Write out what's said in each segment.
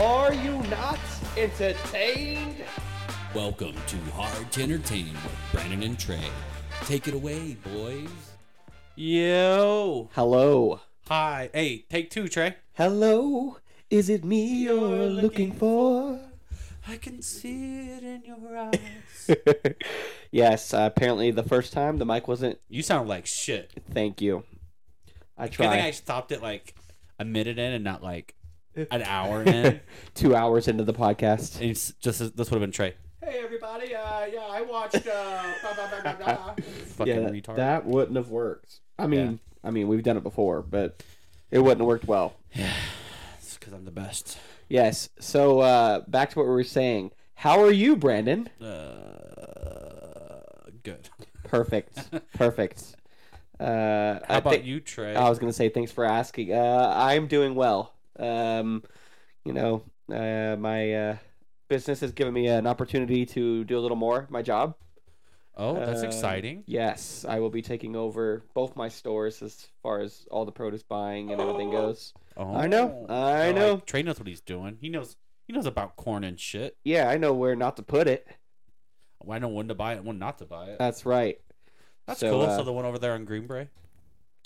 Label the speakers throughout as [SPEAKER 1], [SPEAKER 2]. [SPEAKER 1] Are you not entertained?
[SPEAKER 2] Welcome to Hard to Entertain with Brandon and Trey. Take it away, boys.
[SPEAKER 3] Yo.
[SPEAKER 1] Hello.
[SPEAKER 3] Hi. Hey, take two, Trey.
[SPEAKER 1] Hello. Is it me you're, looking, for?
[SPEAKER 3] I can see it in your eyes.
[SPEAKER 1] yes, uh, apparently the first time the mic wasn't.
[SPEAKER 3] you sound like shit.
[SPEAKER 1] Thank you. I
[SPEAKER 3] Good thing
[SPEAKER 1] tried
[SPEAKER 3] I stopped it like a minute in and not like an hour in.
[SPEAKER 1] two hours into the podcast.
[SPEAKER 3] and it's just this would have been Trey.
[SPEAKER 4] Hey everybody, uh, yeah, I watched. Uh, blah, blah, blah, blah, blah.
[SPEAKER 3] Fucking
[SPEAKER 1] yeah, that,
[SPEAKER 3] retard.
[SPEAKER 1] that wouldn't have worked. I mean, I mean, we've done it before, but it wouldn't have worked well.
[SPEAKER 3] That's because I'm the best.
[SPEAKER 1] Yes. So uh, back to what we were saying. How are you, Brandon?
[SPEAKER 3] Uh, good.
[SPEAKER 1] Perfect. Perfect. Uh,
[SPEAKER 3] How
[SPEAKER 1] I
[SPEAKER 3] about
[SPEAKER 1] thi-
[SPEAKER 3] you, Trey?
[SPEAKER 1] I was gonna say thanks for asking. Uh, I'm doing well. Um, you know, uh, my uh, business has given me an opportunity to do a little more. at My job.
[SPEAKER 3] oh, that's
[SPEAKER 1] uh,
[SPEAKER 3] exciting.
[SPEAKER 1] Yes, I will be taking over both my stores as far as all the produce buying and everything goes.
[SPEAKER 3] Oh,
[SPEAKER 1] I know, I
[SPEAKER 3] So, like,
[SPEAKER 1] know.
[SPEAKER 3] Trey knows what he's doing. He knows. He knows about corn and shit.
[SPEAKER 1] Yeah, I know where not to put it.
[SPEAKER 3] Well, I know when to buy it, and when not to buy it.
[SPEAKER 1] That's right.
[SPEAKER 3] That's
[SPEAKER 1] Uh, so,
[SPEAKER 3] cool.
[SPEAKER 1] uh,
[SPEAKER 3] so the one over there on Greenbrae. Is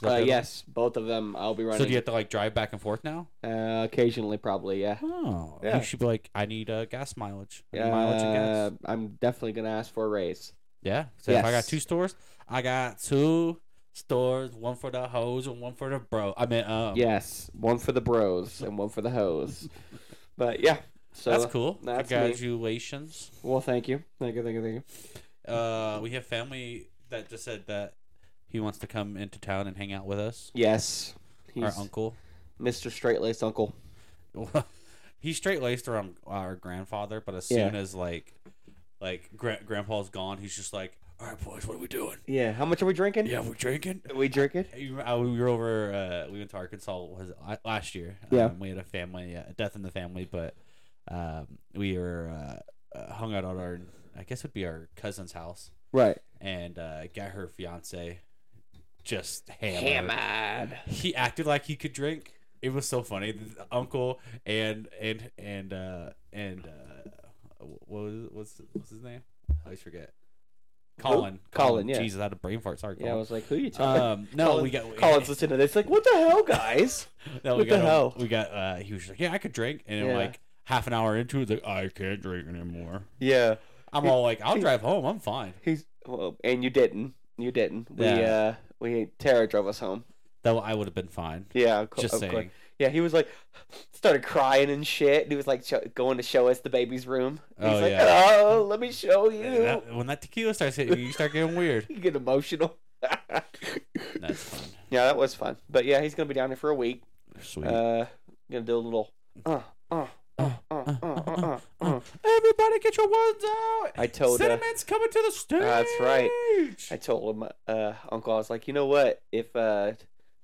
[SPEAKER 3] that the
[SPEAKER 1] Uh,
[SPEAKER 3] other
[SPEAKER 1] yes, both of them I'll be
[SPEAKER 3] one?
[SPEAKER 1] running.
[SPEAKER 3] So do you have to like drive back and forth now?
[SPEAKER 1] uh, occasionally, probably, yeah.
[SPEAKER 3] Oh,
[SPEAKER 1] Yeah.
[SPEAKER 3] you should be like, I need uh, gas mileage. I need mileage and
[SPEAKER 1] Uh,
[SPEAKER 3] gas.
[SPEAKER 1] I'm definitely gonna ask for a raise.
[SPEAKER 3] Yeah. So if I
[SPEAKER 1] yes.
[SPEAKER 3] got two stores, I got two stores, one for the hose and one for the bro. I mean, um,
[SPEAKER 1] Yes, one for the bros and one for the hoes. but yeah, so
[SPEAKER 3] that's cool.
[SPEAKER 1] that's me.
[SPEAKER 3] Congratulations.
[SPEAKER 1] Well, thank you, thank you, thank you, thank you.
[SPEAKER 3] Uh, we have family that just said that he wants to come into town and hang out with us.
[SPEAKER 1] Yes, he's
[SPEAKER 3] Our uncle.
[SPEAKER 1] Mr. Straight Laced Uncle.
[SPEAKER 3] He's straight laced around uh, our grandfather, but as
[SPEAKER 1] Yeah.
[SPEAKER 3] soon as like, like gra- grandpa's gone, he's just like, all right, boys, what are we doing?
[SPEAKER 1] Yeah, how much are we drinking?
[SPEAKER 3] Yeah, we're drinking.
[SPEAKER 1] we drinking.
[SPEAKER 3] You remember- uh, we were over. Uh, we went to Arkansas was it la- last year.
[SPEAKER 1] Yeah.
[SPEAKER 3] um, we had a family uh, death in the family, but um, we were uh, uh, hung out at our, I guess it would be our cousin's house,
[SPEAKER 1] Right.
[SPEAKER 3] and uh, got her fiance just hammered.
[SPEAKER 1] Hammered.
[SPEAKER 3] He acted like he could drink. It was so funny. The uncle and and and uh, and uh, what was what's what's his name? I always forget. Colin.
[SPEAKER 1] Colin, yeah.
[SPEAKER 3] Jesus, I had a brain fart. Sorry,
[SPEAKER 1] Yeah, I
[SPEAKER 3] Colin.
[SPEAKER 1] was like, who you talking?
[SPEAKER 3] um, no,
[SPEAKER 1] Colin's-
[SPEAKER 3] we got
[SPEAKER 1] Colin's listening to this. Like, what the hell, guys?
[SPEAKER 3] No,
[SPEAKER 1] What
[SPEAKER 3] we got
[SPEAKER 1] the
[SPEAKER 3] a-
[SPEAKER 1] hell?
[SPEAKER 3] we got uh he was like, Yeah, I could drink and then
[SPEAKER 1] Yeah.
[SPEAKER 3] like half an hour into it, like, I can't drink anymore.
[SPEAKER 1] yeah.
[SPEAKER 3] I'm all like, I'll drive home, I'm fine.
[SPEAKER 1] He's well, and you didn't. You didn't. We
[SPEAKER 3] Yeah.
[SPEAKER 1] uh, we Tara drove us home.
[SPEAKER 3] Though I would have been fine.
[SPEAKER 1] Yeah, of course.
[SPEAKER 3] Just saying.
[SPEAKER 1] Yeah, he was like, started crying and shit. And he was like, sho- going to show us the baby's room. And
[SPEAKER 3] Oh,
[SPEAKER 1] he's like,
[SPEAKER 3] yeah.
[SPEAKER 1] oh, let me show you.
[SPEAKER 3] That- when that tequila starts hitting you, you start getting weird.
[SPEAKER 1] You get emotional. yeah,
[SPEAKER 3] That's fun.
[SPEAKER 1] that was fun. But yeah, he's going to be down here for a week.
[SPEAKER 3] Sweet.
[SPEAKER 1] Uh, going to do a little. Uh, uh, uh, uh, uh, uh, uh, uh.
[SPEAKER 3] Everybody get your ones out.
[SPEAKER 1] I told, uh,
[SPEAKER 3] Cinnamon's coming to the stage.
[SPEAKER 1] that's right. I told him, uh, Uncle, I was like, you know what? If uh,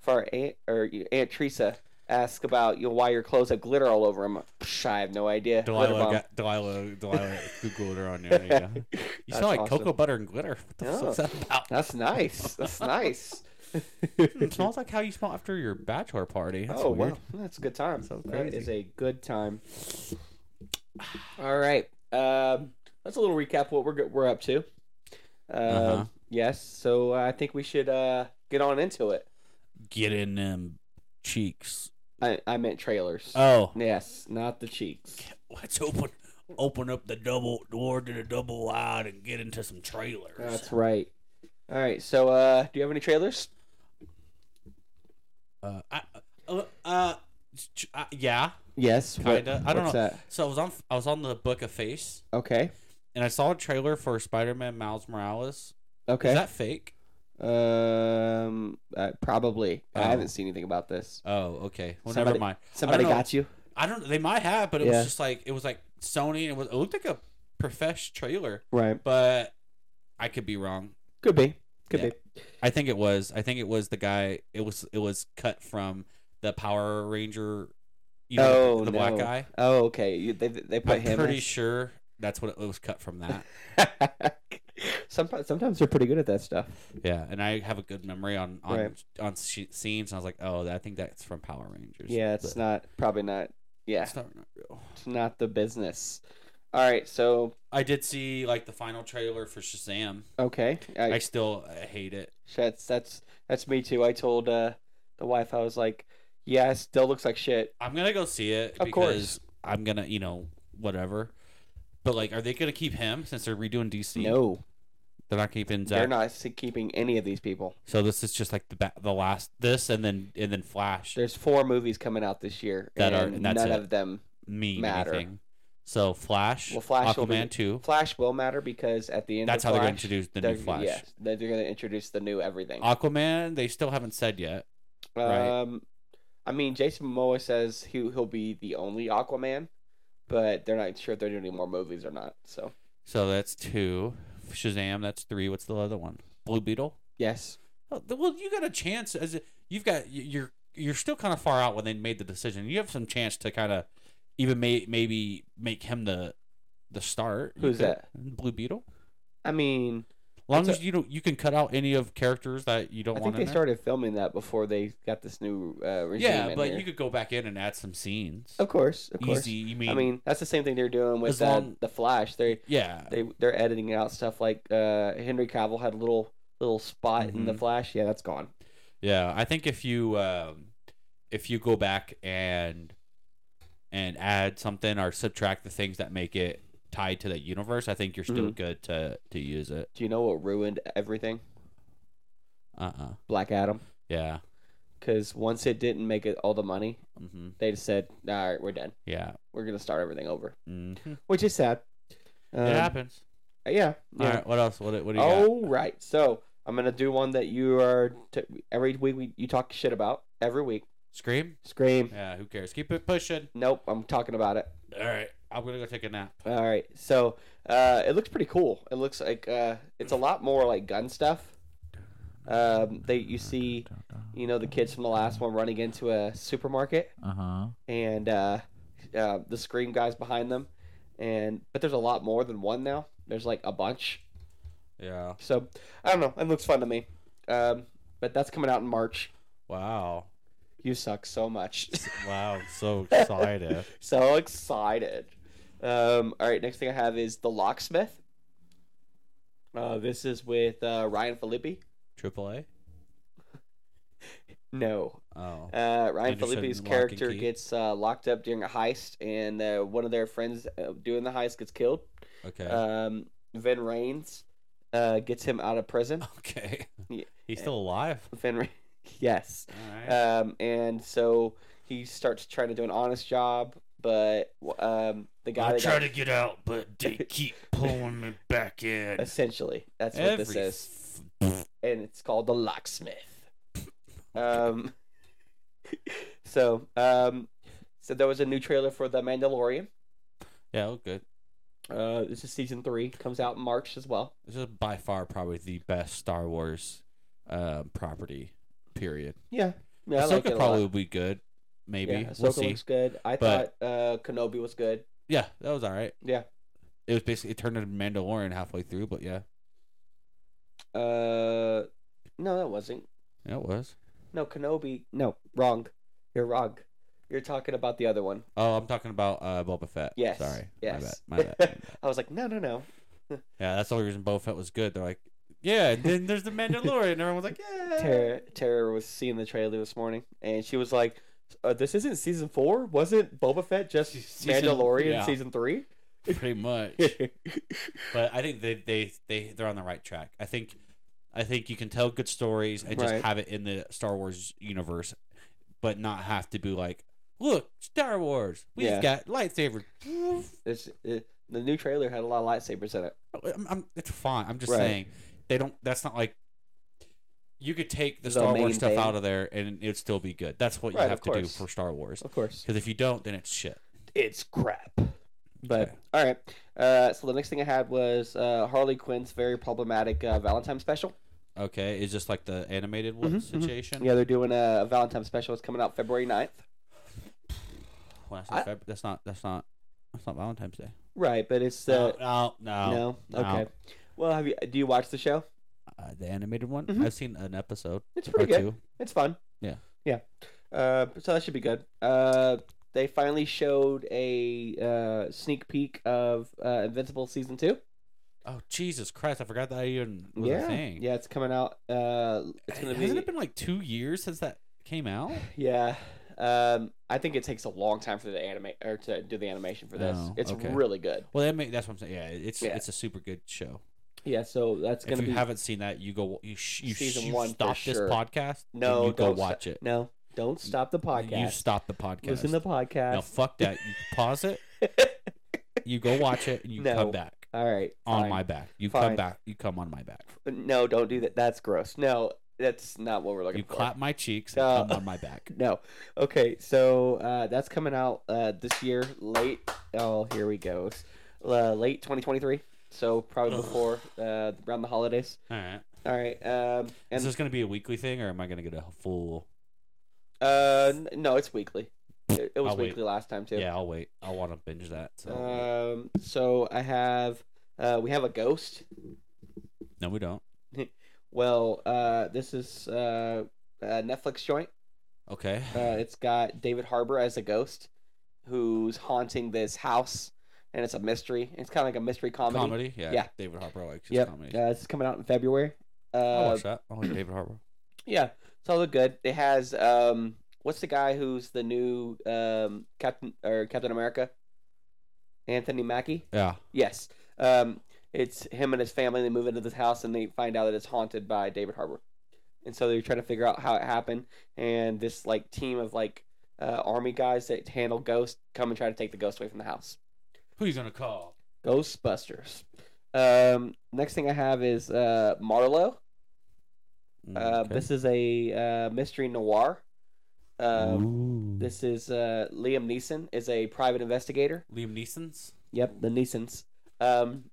[SPEAKER 1] if our aunt or Aunt Teresa asks about you know, why your clothes have glitter all over them, psh, I have no idea. Glitter
[SPEAKER 3] Delilah
[SPEAKER 1] bomb.
[SPEAKER 3] got Delilah Delilah glitter on you. There you go. You
[SPEAKER 1] That's
[SPEAKER 3] smell like
[SPEAKER 1] awesome.
[SPEAKER 3] cocoa butter and glitter. What the
[SPEAKER 1] Yeah.
[SPEAKER 3] fuck's that about?
[SPEAKER 1] That's nice. That's nice.
[SPEAKER 3] It smells like how you smell after your bachelor party. That's
[SPEAKER 1] oh
[SPEAKER 3] weird.
[SPEAKER 1] wow, that's a good time.
[SPEAKER 3] So
[SPEAKER 1] That
[SPEAKER 3] crazy.
[SPEAKER 1] is a good time. All right, um, that's a little recap of what we're go- we're up to. Uh,
[SPEAKER 3] Uh-huh.
[SPEAKER 1] Yes, so uh, I think we should uh, get on into it.
[SPEAKER 3] Get in them cheeks.
[SPEAKER 1] I, I meant trailers.
[SPEAKER 3] Oh,
[SPEAKER 1] yes, not the cheeks.
[SPEAKER 3] let's open open up the double door to the double wide and get into some trailers.
[SPEAKER 1] That's right. All right, so uh, do you have any trailers?
[SPEAKER 3] uh, I, uh, uh, ch- uh, yeah,
[SPEAKER 1] Yes,
[SPEAKER 3] kinda. I don't
[SPEAKER 1] what's
[SPEAKER 3] know.
[SPEAKER 1] That?
[SPEAKER 3] So I was on I was on the Book of Face,
[SPEAKER 1] Okay,
[SPEAKER 3] and I saw a trailer for Spider Man Miles Morales.
[SPEAKER 1] okay.
[SPEAKER 3] Is that fake?
[SPEAKER 1] Um, uh, probably.
[SPEAKER 3] Oh.
[SPEAKER 1] I haven't seen anything about this.
[SPEAKER 3] Oh, okay. Well,
[SPEAKER 1] Somebody-
[SPEAKER 3] never mind.
[SPEAKER 1] Somebody
[SPEAKER 3] know.
[SPEAKER 1] got you.
[SPEAKER 3] I don't. They might have, but it
[SPEAKER 1] Yeah.
[SPEAKER 3] was just like it was like Sony. and It was. It looked like a profesh trailer,
[SPEAKER 1] Right.
[SPEAKER 3] but I could be wrong.
[SPEAKER 1] Could be. Could
[SPEAKER 3] Yeah.
[SPEAKER 1] be.
[SPEAKER 3] I think it was. I think it was the guy. It was. It was cut from the Power Ranger. You know,
[SPEAKER 1] Oh,
[SPEAKER 3] the black
[SPEAKER 1] no.
[SPEAKER 3] guy.
[SPEAKER 1] Oh, okay. You, they they put
[SPEAKER 3] I'm
[SPEAKER 1] him.
[SPEAKER 3] pretty
[SPEAKER 1] in.
[SPEAKER 3] sure that's what it was cut from. That.
[SPEAKER 1] sometimes, sometimes they're pretty good at that stuff.
[SPEAKER 3] yeah, and I have a good memory on on
[SPEAKER 1] Right.
[SPEAKER 3] on sh- scenes. And I was like, oh, I think that's from Power Rangers.
[SPEAKER 1] Yeah, it's
[SPEAKER 3] But
[SPEAKER 1] not probably not. Yeah,
[SPEAKER 3] It's not real.
[SPEAKER 1] It's not the business. All right, so
[SPEAKER 3] I did see like the final trailer for Shazam.
[SPEAKER 1] okay, I,
[SPEAKER 3] I still uh, hate it.
[SPEAKER 1] that's that's that's me too. I told uh, the wife I was like, yeah, it still looks like shit.
[SPEAKER 3] I'm gonna go see it
[SPEAKER 1] Of course.
[SPEAKER 3] because I'm gonna, you know, whatever. But like, are they gonna keep him since they're redoing DC?
[SPEAKER 1] No,
[SPEAKER 3] they're not keeping Zach.
[SPEAKER 1] they're not keeping any of these people.
[SPEAKER 3] So this is just like the ba- the last this, and then and then Flash.
[SPEAKER 1] There's four movies coming out this year,
[SPEAKER 3] That are-
[SPEAKER 1] and
[SPEAKER 3] and that's
[SPEAKER 1] none
[SPEAKER 3] it.
[SPEAKER 1] of them.
[SPEAKER 3] mean
[SPEAKER 1] matter.
[SPEAKER 3] anything. So Flash,
[SPEAKER 1] Well, Flash will
[SPEAKER 3] Aquaman
[SPEAKER 1] be-
[SPEAKER 3] two.
[SPEAKER 1] Flash will matter because at the end,
[SPEAKER 3] That's
[SPEAKER 1] of
[SPEAKER 3] how they're gonna
[SPEAKER 1] Flash,
[SPEAKER 3] introduce the
[SPEAKER 1] they're-
[SPEAKER 3] new Flash.
[SPEAKER 1] Yes, they're going to introduce the new everything.
[SPEAKER 3] Aquaman, they still haven't said yet. right.
[SPEAKER 1] Um, I mean, Jason Momoa says he he'll be the only Aquaman, but they're not sure if they're doing any more movies or not. So
[SPEAKER 3] So that's two. Shazam, that's three. What's the other one? Blue Beetle.
[SPEAKER 1] yes,
[SPEAKER 3] Oh, th- Well, you got a chance as a- you've got y- you're you're still kind of far out when they made the decision. You have some chance to kind of even may, maybe make him the the start. You
[SPEAKER 1] Who's
[SPEAKER 3] could-
[SPEAKER 1] that?
[SPEAKER 3] Blue Beetle.
[SPEAKER 1] I mean,
[SPEAKER 3] long
[SPEAKER 1] It's
[SPEAKER 3] as you don't, you can cut out any of characters that you don't
[SPEAKER 1] I think
[SPEAKER 3] want. in
[SPEAKER 1] they
[SPEAKER 3] there.
[SPEAKER 1] started filming that before they got this new uh, regime.
[SPEAKER 3] Yeah,
[SPEAKER 1] in
[SPEAKER 3] but
[SPEAKER 1] here.
[SPEAKER 3] you could go back in and add some scenes.
[SPEAKER 1] of course, of course.
[SPEAKER 3] Easy. You mean?
[SPEAKER 1] I mean, that's the same thing they're doing with
[SPEAKER 3] As
[SPEAKER 1] uh,
[SPEAKER 3] long-
[SPEAKER 1] the Flash. They
[SPEAKER 3] yeah.
[SPEAKER 1] they they're editing out stuff like uh, Henry Cavill had a little little spot in the
[SPEAKER 3] Mhm.
[SPEAKER 1] Flash. Yeah, that's gone.
[SPEAKER 3] Yeah, I think if you um, if you go back and and add something or subtract the things that make it tied to that universe, I think you're still
[SPEAKER 1] Mhm.
[SPEAKER 3] good to to use it.
[SPEAKER 1] Do you know what ruined everything?
[SPEAKER 3] Uh uh
[SPEAKER 1] Black Adam.
[SPEAKER 3] Yeah.
[SPEAKER 1] Because once it didn't make it all the money,
[SPEAKER 3] hmm
[SPEAKER 1] they just said, "All right, we're done.
[SPEAKER 3] Yeah.
[SPEAKER 1] We're gonna start everything over."
[SPEAKER 3] hmm
[SPEAKER 1] which is sad. Um,
[SPEAKER 3] it happens.
[SPEAKER 1] Yeah.
[SPEAKER 3] All
[SPEAKER 1] yeah. Oh.
[SPEAKER 3] right. What else? What do- What do you got?
[SPEAKER 1] All right. So I'm gonna do one that you are t- every week we, you talk shit about every week.
[SPEAKER 3] Scream?
[SPEAKER 1] Scream.
[SPEAKER 3] Yeah. Who cares? Keep it pushing.
[SPEAKER 1] Nope. I'm talking about it.
[SPEAKER 3] All right. I'm gonna go take a nap.
[SPEAKER 1] All right. So uh, it looks pretty cool. It looks like uh, it's a lot more like gun stuff. Um, they you see, you know, the kids from the last one running into a supermarket.
[SPEAKER 3] Uh huh.
[SPEAKER 1] and uh, uh, the Scream guys behind them. And but there's a lot more than one now. There's like a bunch.
[SPEAKER 3] Yeah.
[SPEAKER 1] So I don't know. It looks fun to me. Um, but that's coming out in March.
[SPEAKER 3] Wow.
[SPEAKER 1] You suck so much.
[SPEAKER 3] Wow. I'm so excited.
[SPEAKER 1] so excited. Um, all right. Next thing I have is the Locksmith. Uh, this is with uh, Ryan Filippi.
[SPEAKER 3] Triple A.
[SPEAKER 1] No,
[SPEAKER 3] Oh.
[SPEAKER 1] Uh, Ryan
[SPEAKER 3] Anderson,
[SPEAKER 1] Felipe's
[SPEAKER 3] lock and
[SPEAKER 1] character
[SPEAKER 3] key.
[SPEAKER 1] gets uh, locked up during a heist, and uh, one of their friends uh, doing the heist gets killed.
[SPEAKER 3] Okay.
[SPEAKER 1] Um, Vin Rains uh, gets him out of prison.
[SPEAKER 3] okay.
[SPEAKER 1] yeah.
[SPEAKER 3] He's still alive.
[SPEAKER 1] Vin, Ra- yes.
[SPEAKER 3] All right.
[SPEAKER 1] Um, and so he starts trying to do an honest job, but um, the guy that got,
[SPEAKER 3] to get out, but they keep pulling me back in.
[SPEAKER 1] essentially that's what
[SPEAKER 3] Every
[SPEAKER 1] this is, and it's called the locksmith. Um, so um, so there was a new trailer for The Mandalorian.
[SPEAKER 3] yeah, look good.
[SPEAKER 1] Uh, this is season three, comes out in March as well.
[SPEAKER 3] This is by far probably the best Star Wars uh, property. Period.
[SPEAKER 1] Yeah, yeah,
[SPEAKER 3] Yeah,
[SPEAKER 1] I like it
[SPEAKER 3] Ahsoka
[SPEAKER 1] a
[SPEAKER 3] probably
[SPEAKER 1] lot.
[SPEAKER 3] would be good. Maybe
[SPEAKER 1] Yeah,
[SPEAKER 3] we'll
[SPEAKER 1] Ahsoka
[SPEAKER 3] see.
[SPEAKER 1] looks good. I
[SPEAKER 3] But-
[SPEAKER 1] thought uh, Kenobi was good.
[SPEAKER 3] Yeah, that was all right.
[SPEAKER 1] Yeah.
[SPEAKER 3] It was basically it turned into Mandalorian halfway through, but yeah,
[SPEAKER 1] Uh, no, that wasn't.
[SPEAKER 3] yeah it was.
[SPEAKER 1] No, Kenobi. No, wrong. You're wrong. You're talking about the other one.
[SPEAKER 3] Oh, I'm talking about uh, Boba Fett.
[SPEAKER 1] Yes.
[SPEAKER 3] Sorry.
[SPEAKER 1] Yes.
[SPEAKER 3] My bad. My bad.
[SPEAKER 1] I was like, no, no, no.
[SPEAKER 3] yeah, that's the only reason Boba Fett was good. They're like, yeah, and then there's the Mandalorian, and everyone's like, yeah.
[SPEAKER 1] Tara, Tara was seeing the trailer this morning, and she was like, uh, "This isn't season four. Wasn't Boba Fett just
[SPEAKER 3] Season-
[SPEAKER 1] Mandalorian
[SPEAKER 3] yeah.
[SPEAKER 1] season three?
[SPEAKER 3] Pretty much. but I think they they they they're on the right track. I think I think you can tell good stories and just
[SPEAKER 1] Right.
[SPEAKER 3] have it in the Star Wars universe, but not have to be like, look, Star Wars, we
[SPEAKER 1] Yeah.
[SPEAKER 3] have got lightsaber.
[SPEAKER 1] It's, it, uh, the new trailer had a lot of lightsabers in it.
[SPEAKER 3] I'm, I'm, it's fine. I'm just
[SPEAKER 1] Right.
[SPEAKER 3] saying they don't. That's not like you could take the,
[SPEAKER 1] The
[SPEAKER 3] Star
[SPEAKER 1] main
[SPEAKER 3] Wars stuff
[SPEAKER 1] thing.
[SPEAKER 3] out of there and it'd still be good. That's what you
[SPEAKER 1] Right, of
[SPEAKER 3] have to do
[SPEAKER 1] course.
[SPEAKER 3] for Star Wars.
[SPEAKER 1] Of course,
[SPEAKER 3] Because if you don't, then it's shit.
[SPEAKER 1] it's crap. But
[SPEAKER 3] Okay.
[SPEAKER 1] all right. Uh, so the next thing I had was uh, Harley Quinn's very problematic uh, Valentine special.
[SPEAKER 3] Okay, it's just like the animated one
[SPEAKER 1] Mhm, mhm.
[SPEAKER 3] situation.
[SPEAKER 1] Yeah, they're doing a Valentine special. It's coming out February 9th.
[SPEAKER 3] Well, that's,
[SPEAKER 1] I-
[SPEAKER 3] not Feb- that's not. That's not. That's not Valentine's Day.
[SPEAKER 1] Right, but it's uh,
[SPEAKER 3] no, no,
[SPEAKER 1] no,
[SPEAKER 3] no.
[SPEAKER 1] okay. Well, have you? Do you watch the show?
[SPEAKER 3] Uh, the animated one.
[SPEAKER 1] Mhm.
[SPEAKER 3] I've seen an episode.
[SPEAKER 1] It's
[SPEAKER 3] or
[SPEAKER 1] pretty good.
[SPEAKER 3] two.
[SPEAKER 1] It's fun.
[SPEAKER 3] Yeah.
[SPEAKER 1] yeah. Uh, so that should be good. Uh, they finally showed a uh, sneak peek of uh, Invincible season two.
[SPEAKER 3] Oh Jesus Christ! I forgot that even was
[SPEAKER 1] yeah,
[SPEAKER 3] a thing.
[SPEAKER 1] yeah, it's coming out. Uh, it's gonna
[SPEAKER 3] hasn't
[SPEAKER 1] be.
[SPEAKER 3] it been like two years since that came out?
[SPEAKER 1] Yeah. Um, I think it takes a long time for the anime or to do the animation for this.
[SPEAKER 3] Oh,
[SPEAKER 1] it's
[SPEAKER 3] okay.
[SPEAKER 1] really good.
[SPEAKER 3] Well, that may, that's what I'm saying. Yeah, it's
[SPEAKER 1] Yeah.
[SPEAKER 3] it's a super good show.
[SPEAKER 1] Yeah, so that's
[SPEAKER 3] if
[SPEAKER 1] gonna
[SPEAKER 3] you
[SPEAKER 1] be
[SPEAKER 3] haven't seen that, you go. You sh- you, sh-
[SPEAKER 1] Season
[SPEAKER 3] you
[SPEAKER 1] one for
[SPEAKER 3] stop this
[SPEAKER 1] sure.
[SPEAKER 3] podcast. and
[SPEAKER 1] no.
[SPEAKER 3] you go
[SPEAKER 1] don't sto-
[SPEAKER 3] watch it.
[SPEAKER 1] No, don't stop the podcast.
[SPEAKER 3] You stop the podcast.
[SPEAKER 1] Listen to the
[SPEAKER 3] No,
[SPEAKER 1] podcast.
[SPEAKER 3] fuck that. You pause it. You go watch it, and you
[SPEAKER 1] No.
[SPEAKER 3] come back
[SPEAKER 1] All right.
[SPEAKER 3] on
[SPEAKER 1] fine.
[SPEAKER 3] my back. You
[SPEAKER 1] Fine.
[SPEAKER 3] come back. You come on my back.
[SPEAKER 1] No, don't do that. That's gross. No, that's not what we're looking
[SPEAKER 3] You
[SPEAKER 1] for.
[SPEAKER 3] clap my cheeks and
[SPEAKER 1] No.
[SPEAKER 3] come on my back.
[SPEAKER 1] No. Okay, so uh, that's coming out uh, this year, late. Oh, here we go. Uh, late 2023. So probably
[SPEAKER 3] Ugh.
[SPEAKER 1] before uh, around the holidays.
[SPEAKER 3] All right.
[SPEAKER 1] All right. Um,
[SPEAKER 3] Is
[SPEAKER 1] and
[SPEAKER 3] this going to be a weekly thing, or am I going to get a full?
[SPEAKER 1] uh, n- no, it's weekly. It, it was
[SPEAKER 3] I'll Oh, wait.
[SPEAKER 1] weekly last time too.
[SPEAKER 3] Yeah, I'll wait. I want to binge that. So
[SPEAKER 1] Um, so I have uh, we have a ghost.
[SPEAKER 3] no, we don't.
[SPEAKER 1] Well, uh, this is uh, a Netflix joint.
[SPEAKER 3] Okay.
[SPEAKER 1] Uh, it's got David Harbour as a ghost who's haunting this house, and it's a mystery. It's kind of like a mystery comedy.
[SPEAKER 3] comedy. Yeah.
[SPEAKER 1] Yeah.
[SPEAKER 3] David Harper I like his
[SPEAKER 1] Yep.
[SPEAKER 3] comedy.
[SPEAKER 1] Uh, this is coming out in February.
[SPEAKER 3] I
[SPEAKER 1] Uh,
[SPEAKER 3] watch that. I like David Harper.
[SPEAKER 1] yeah, it's all look good. It has um, what's the guy who's the new um, Captain or Captain America? Anthony Mackie.
[SPEAKER 3] Yeah.
[SPEAKER 1] Yes. Um, it's him and his family. They move into this house and they find out that it's haunted by David Harbour. And so they're trying to figure out how it happened. And this like team of like uh, army guys that handle ghosts come and try to take the ghost away from the house.
[SPEAKER 3] Who you gonna call?
[SPEAKER 1] Ghostbusters. Um, next thing I have is uh, Marlowe. Uh,
[SPEAKER 3] Okay.
[SPEAKER 1] This is a uh, mystery noir. Um,
[SPEAKER 3] Ooh.
[SPEAKER 1] this is uh, Liam Neeson is a private investigator.
[SPEAKER 3] Liam Neeson's.
[SPEAKER 1] Yep, the Neesons. Um,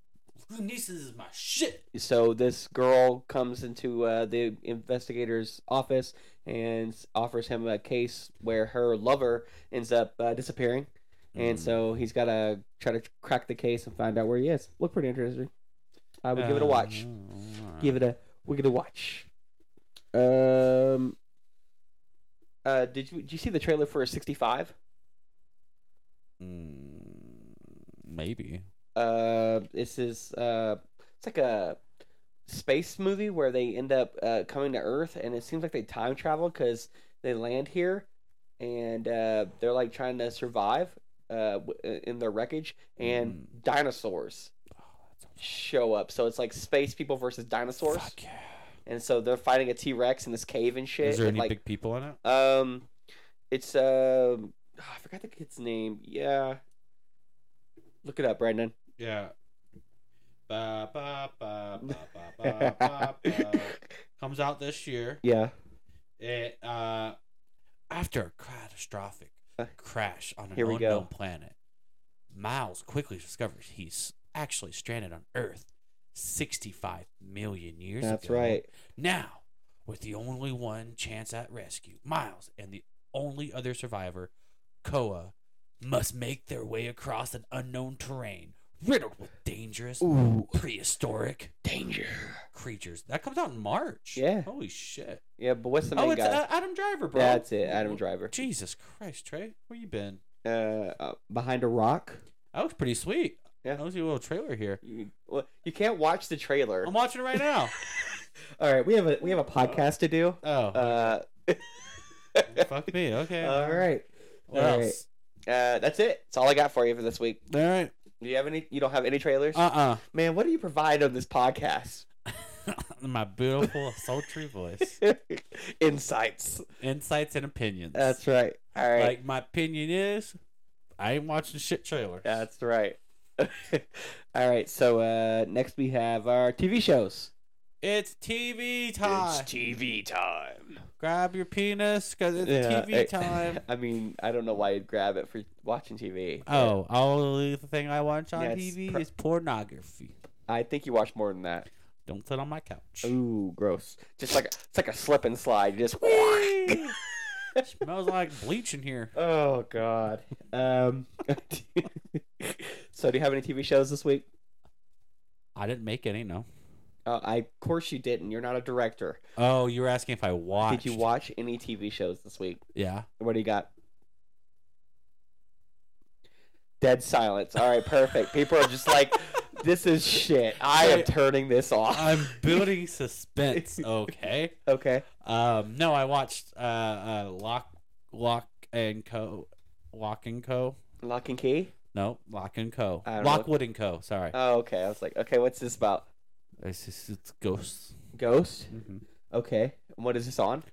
[SPEAKER 3] Liam Neeson's is my shit.
[SPEAKER 1] so this girl comes into uh, the investigator's office and offers him a case where her lover ends up uh, disappearing, and
[SPEAKER 3] Mm.
[SPEAKER 1] so he's got to try to crack the case and find out where he is. Look pretty interesting. I would give it a
[SPEAKER 3] Uh,
[SPEAKER 1] watch.
[SPEAKER 3] alright.
[SPEAKER 1] Give it a we're gonna watch. Um. Uh, did you did you see the trailer for sixty five?
[SPEAKER 3] Mm, maybe.
[SPEAKER 1] Uh, this is uh, it's like a space movie where they end up uh, coming to Earth, and it seems like they time travel because they land here, and uh, they're like trying to survive uh, w- in their wreckage, and
[SPEAKER 3] Mm.
[SPEAKER 1] dinosaurs
[SPEAKER 3] Oh, that's a-
[SPEAKER 1] show up. So it's like space people versus dinosaurs,
[SPEAKER 3] Fuck yeah.
[SPEAKER 1] and so they're fighting a T Rex in this cave and shit.
[SPEAKER 3] Is there
[SPEAKER 1] and,
[SPEAKER 3] any
[SPEAKER 1] like,
[SPEAKER 3] big people in it?
[SPEAKER 1] um, it's um, I forgot the kid's name. Yeah, look it up, Brandon.
[SPEAKER 3] Yeah. Ba, ba, ba, ba, ba, ba, ba, ba.
[SPEAKER 1] yeah.
[SPEAKER 3] Comes out this year. It, uh, after a catastrophic
[SPEAKER 1] Uh,
[SPEAKER 3] crash on an
[SPEAKER 1] here we
[SPEAKER 3] unknown
[SPEAKER 1] go.
[SPEAKER 3] planet, Miles quickly discovers he's actually stranded on Earth 65 million years
[SPEAKER 1] That's
[SPEAKER 3] ago.
[SPEAKER 1] right.
[SPEAKER 3] Now, with the only one chance at rescue, Miles and the only other survivor, Koa, must make their way across an unknown terrain riddled with dangerous, prehistoric
[SPEAKER 1] Danger.
[SPEAKER 3] creatures. That comes out in March.
[SPEAKER 1] Yeah.
[SPEAKER 3] Holy shit.
[SPEAKER 1] Yeah, but what's the main
[SPEAKER 3] Oh, it's
[SPEAKER 1] guy?
[SPEAKER 3] uh, Adam Driver, bro.
[SPEAKER 1] That's it, Adam Driver.
[SPEAKER 3] Jesus Christ, Trey, where you been?
[SPEAKER 1] Uh, uh, behind a rock.
[SPEAKER 3] That was pretty sweet.
[SPEAKER 1] Yeah.
[SPEAKER 3] That was a little trailer here.
[SPEAKER 1] You, well, you can't watch the trailer.
[SPEAKER 3] I'm watching it right now.
[SPEAKER 1] All right, we have a we have a podcast to do.
[SPEAKER 3] Oh,
[SPEAKER 1] Uh,
[SPEAKER 3] fuck me. Okay.
[SPEAKER 1] all right.
[SPEAKER 3] What
[SPEAKER 1] all right.
[SPEAKER 3] else?
[SPEAKER 1] Uh, that's it. That's all I got for you for this week.
[SPEAKER 3] All right.
[SPEAKER 1] Do you have any? You don't have any trailers?
[SPEAKER 3] Uh
[SPEAKER 1] Man, what do you provide on this podcast?
[SPEAKER 3] uh My beautiful, sultry voice.
[SPEAKER 1] Insights.
[SPEAKER 3] Insights and opinions.
[SPEAKER 1] That's right. All right.
[SPEAKER 3] Like, my opinion is, I ain't watching shit trailers.
[SPEAKER 1] That's right. All right. So uh, next we have our TV shows.
[SPEAKER 3] It's TV time.
[SPEAKER 1] TV time.
[SPEAKER 3] Grab your penis because it's TV time.
[SPEAKER 1] I mean, I don't know why you'd grab it for watching TV. but
[SPEAKER 3] Oh, only the thing I watch on
[SPEAKER 1] Yeah, it's
[SPEAKER 3] TV
[SPEAKER 1] per-
[SPEAKER 3] is pornography.
[SPEAKER 1] I think you watch more than that.
[SPEAKER 3] Don't sit on my couch.
[SPEAKER 1] Ooh, gross. Just like it's like a slip and slide. You just.
[SPEAKER 3] Smells like bleach in here.
[SPEAKER 1] oh God. Um. so, do you have any TV shows this week?
[SPEAKER 3] I didn't make any, no.
[SPEAKER 1] Uh, I, of course, you didn't. You're not a director.
[SPEAKER 3] Oh, you were asking if I watched.
[SPEAKER 1] Did you watch any TV shows this week?
[SPEAKER 3] Yeah.
[SPEAKER 1] What do you got? Dead silence. All right, perfect. People are just like, this is shit. I am
[SPEAKER 3] Wait. Uh,
[SPEAKER 1] turning this off.
[SPEAKER 3] I'm building suspense. Okay.
[SPEAKER 1] Okay.
[SPEAKER 3] Um, no, I watched uh, uh, Lock Lock and Co. Lock and Co.
[SPEAKER 1] Lock and key.
[SPEAKER 3] No, Lock and Co.
[SPEAKER 1] I don't know.
[SPEAKER 3] Lockwood and Co. Sorry,
[SPEAKER 1] Oh, okay. I was like, okay, what's this about?
[SPEAKER 3] it's just it's ghosts.
[SPEAKER 1] Ghost. Okay. What is this on?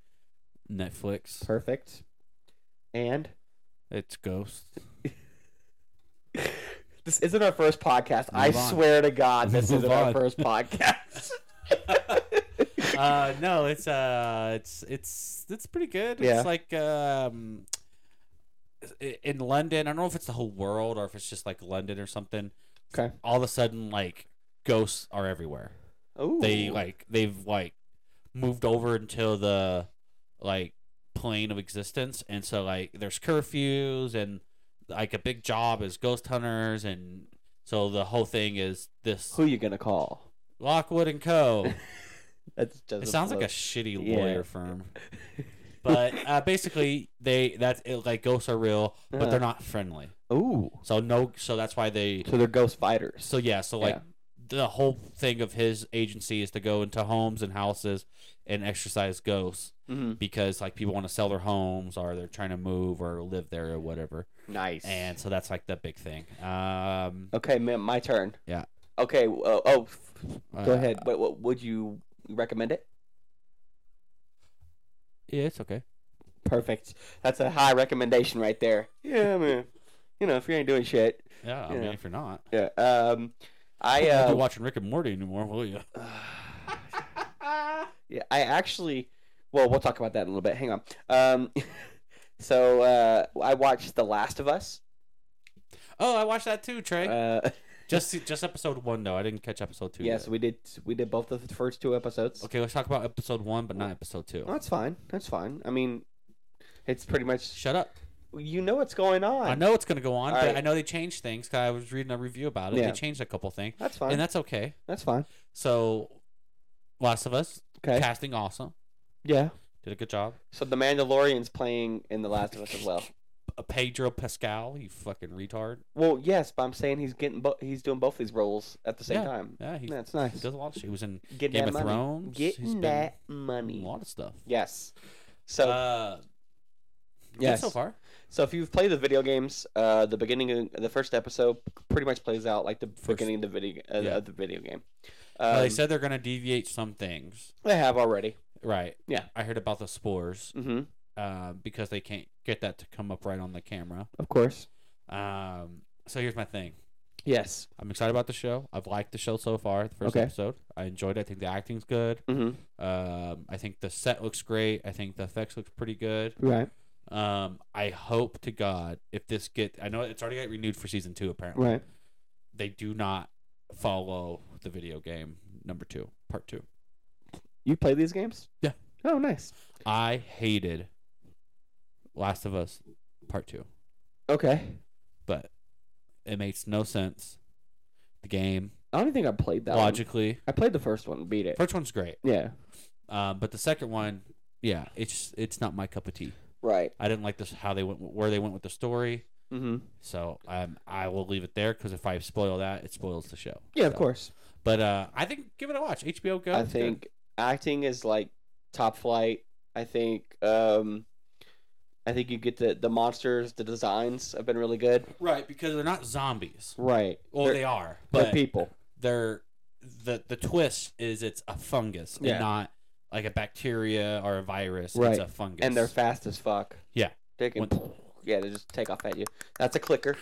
[SPEAKER 3] Netflix.
[SPEAKER 1] Perfect. And
[SPEAKER 3] It's ghosts.
[SPEAKER 1] this isn't our first podcast. I
[SPEAKER 3] Move on.
[SPEAKER 1] swear to God, this
[SPEAKER 3] Move
[SPEAKER 1] isn't our
[SPEAKER 3] on.
[SPEAKER 1] first podcast.
[SPEAKER 3] uh, no, it's uh, it's it's it's pretty good.
[SPEAKER 1] Yeah.
[SPEAKER 3] It's like um, i- in London. I don't know if it's the whole world or if it's just like London or something.
[SPEAKER 1] Okay.
[SPEAKER 3] All of a sudden, like ghosts are everywhere.
[SPEAKER 1] Ooh.
[SPEAKER 3] They like they've like moved over into the like plane of existence, and so like there's curfews and like a big job is ghost hunters, and so the whole thing is this
[SPEAKER 1] Who you gonna call?
[SPEAKER 3] Lockwood and Co.
[SPEAKER 1] That's just
[SPEAKER 3] It sounds like a shitty
[SPEAKER 1] Yeah.
[SPEAKER 3] lawyer firm. But uh, basically, they that's it, like ghosts are real, but
[SPEAKER 1] Uh-huh.
[SPEAKER 3] they're not friendly.
[SPEAKER 1] ooh.
[SPEAKER 3] So no, so that's why they.
[SPEAKER 1] So they're ghost fighters.
[SPEAKER 3] So yeah, so like
[SPEAKER 1] Yeah.
[SPEAKER 3] the whole thing of his agency is to go into homes and houses and exercise ghosts
[SPEAKER 1] hmm
[SPEAKER 3] because like people want to sell their homes or they're trying to move or live there or whatever.
[SPEAKER 1] Nice.
[SPEAKER 3] And so that's like the big thing. Um,
[SPEAKER 1] okay, ma'am, my turn.
[SPEAKER 3] Yeah.
[SPEAKER 1] Okay. w- Oh, oh f- go
[SPEAKER 3] uh,
[SPEAKER 1] ahead. What, what would you recommend it?
[SPEAKER 3] Yeah, it's okay.
[SPEAKER 1] Perfect. That's a high recommendation right there. Yeah, man. You know, if you ain't doing shit.
[SPEAKER 3] Yeah, I
[SPEAKER 1] Yeah.
[SPEAKER 3] mean if you're not,
[SPEAKER 1] Yeah. Um, I
[SPEAKER 3] you won't be
[SPEAKER 1] uh,
[SPEAKER 3] watching Rick and Morty anymore, will you?
[SPEAKER 1] yeah, I actually. Well, we'll talk about that in a little bit. Hang on. Um, so uh, I watched The Last of Us.
[SPEAKER 3] Oh, I watched that too, Trey.
[SPEAKER 1] Uh,
[SPEAKER 3] Just just episode one though. I didn't catch episode two.
[SPEAKER 1] yes,
[SPEAKER 3] yet.
[SPEAKER 1] we did. We did both of the first two episodes.
[SPEAKER 3] Okay, let's talk about episode one, but not episode two.
[SPEAKER 1] Well, that's fine. That's fine. I mean, it's pretty much.
[SPEAKER 3] Shut up!
[SPEAKER 1] You know what's going on.
[SPEAKER 3] I know what's gonna go on,
[SPEAKER 1] All
[SPEAKER 3] but
[SPEAKER 1] right.
[SPEAKER 3] I know they changed things. 'cause I was reading a review about it.
[SPEAKER 1] Yeah.
[SPEAKER 3] They changed a couple things,
[SPEAKER 1] That's fine.
[SPEAKER 3] and that's okay.
[SPEAKER 1] that's fine.
[SPEAKER 3] So, Last of Us
[SPEAKER 1] Okay.
[SPEAKER 3] casting awesome,
[SPEAKER 1] Yeah.
[SPEAKER 3] did a good job.
[SPEAKER 1] So the Mandalorian's playing in The Last of Us as well.
[SPEAKER 3] Uh, Pedro Pascal, you fucking retard.
[SPEAKER 1] Well, yes, but I'm saying he's getting bo- he's doing both these roles at the same
[SPEAKER 3] Yeah.
[SPEAKER 1] time.
[SPEAKER 3] Yeah, he,
[SPEAKER 1] That's
[SPEAKER 3] he
[SPEAKER 1] nice.
[SPEAKER 3] does a lot of shit. He was in
[SPEAKER 1] Getting
[SPEAKER 3] Game
[SPEAKER 1] that
[SPEAKER 3] of
[SPEAKER 1] money.
[SPEAKER 3] Thrones. He's
[SPEAKER 1] Getting
[SPEAKER 3] been
[SPEAKER 1] that
[SPEAKER 3] a
[SPEAKER 1] money.
[SPEAKER 3] lot of stuff.
[SPEAKER 1] Yes. So
[SPEAKER 3] uh, good
[SPEAKER 1] Yes.
[SPEAKER 3] so far.
[SPEAKER 1] so if you've played the video games, uh, the beginning of the first episode pretty much plays out like the
[SPEAKER 3] First-
[SPEAKER 1] beginning of the video uh,
[SPEAKER 3] Yeah.
[SPEAKER 1] of the video game.
[SPEAKER 3] Uh,
[SPEAKER 1] Um,
[SPEAKER 3] they said they're gonna deviate some things,
[SPEAKER 1] they have already.
[SPEAKER 3] right?
[SPEAKER 1] Yeah.
[SPEAKER 3] I heard about the spores.
[SPEAKER 1] Mm-hmm.
[SPEAKER 3] uh, because they can't get that to come up right on the camera.
[SPEAKER 1] Of course.
[SPEAKER 3] Um, so here's my thing.
[SPEAKER 1] Yes.
[SPEAKER 3] I'm excited about the show. I've liked the show so far. The first
[SPEAKER 1] Okay.
[SPEAKER 3] episode, I enjoyed. it. I think the acting's good.
[SPEAKER 1] Mm-hmm.
[SPEAKER 3] Um, I think the set looks great. I think the effects looks pretty good.
[SPEAKER 1] Right.
[SPEAKER 3] Um, I hope to God if this get. I know it's already got renewed for season two. Apparently,
[SPEAKER 1] Right.
[SPEAKER 3] they do not follow the video game number two, part two.
[SPEAKER 1] You play these games?
[SPEAKER 3] Yeah.
[SPEAKER 1] Oh, nice.
[SPEAKER 3] I hated Last of Us part two.
[SPEAKER 1] Okay.
[SPEAKER 3] but it makes no sense. The game
[SPEAKER 1] I don't even think I played that. one.
[SPEAKER 3] logically,
[SPEAKER 1] I played the first one, and beat it.
[SPEAKER 3] first one's great,
[SPEAKER 1] Yeah.
[SPEAKER 3] um, but the second one, yeah, it's it's not my cup of tea.
[SPEAKER 1] Right.
[SPEAKER 3] I didn't like this how they went where they went with the story,
[SPEAKER 1] Mm-hmm.
[SPEAKER 3] so um, I will leave it there because if I spoil that, it spoils the show.
[SPEAKER 1] Yeah, of
[SPEAKER 3] So-
[SPEAKER 1] course.
[SPEAKER 3] But uh, I think give it a watch. HBO Go.
[SPEAKER 1] I
[SPEAKER 3] it's good.
[SPEAKER 1] think acting is like top flight. I think um I think you get the the monsters, the designs have been really good.
[SPEAKER 3] right because they're not zombies.
[SPEAKER 1] Right.
[SPEAKER 3] Well,
[SPEAKER 1] they're,
[SPEAKER 3] they are,
[SPEAKER 1] they're
[SPEAKER 3] but
[SPEAKER 1] people.
[SPEAKER 3] they're the the twist is it's a fungus
[SPEAKER 1] Yeah.
[SPEAKER 3] and not like a bacteria or a virus.
[SPEAKER 1] Right.
[SPEAKER 3] It's a fungus,
[SPEAKER 1] And they're fast as fuck.
[SPEAKER 3] Yeah.
[SPEAKER 1] They can Yeah, they just take off at you. That's a clicker.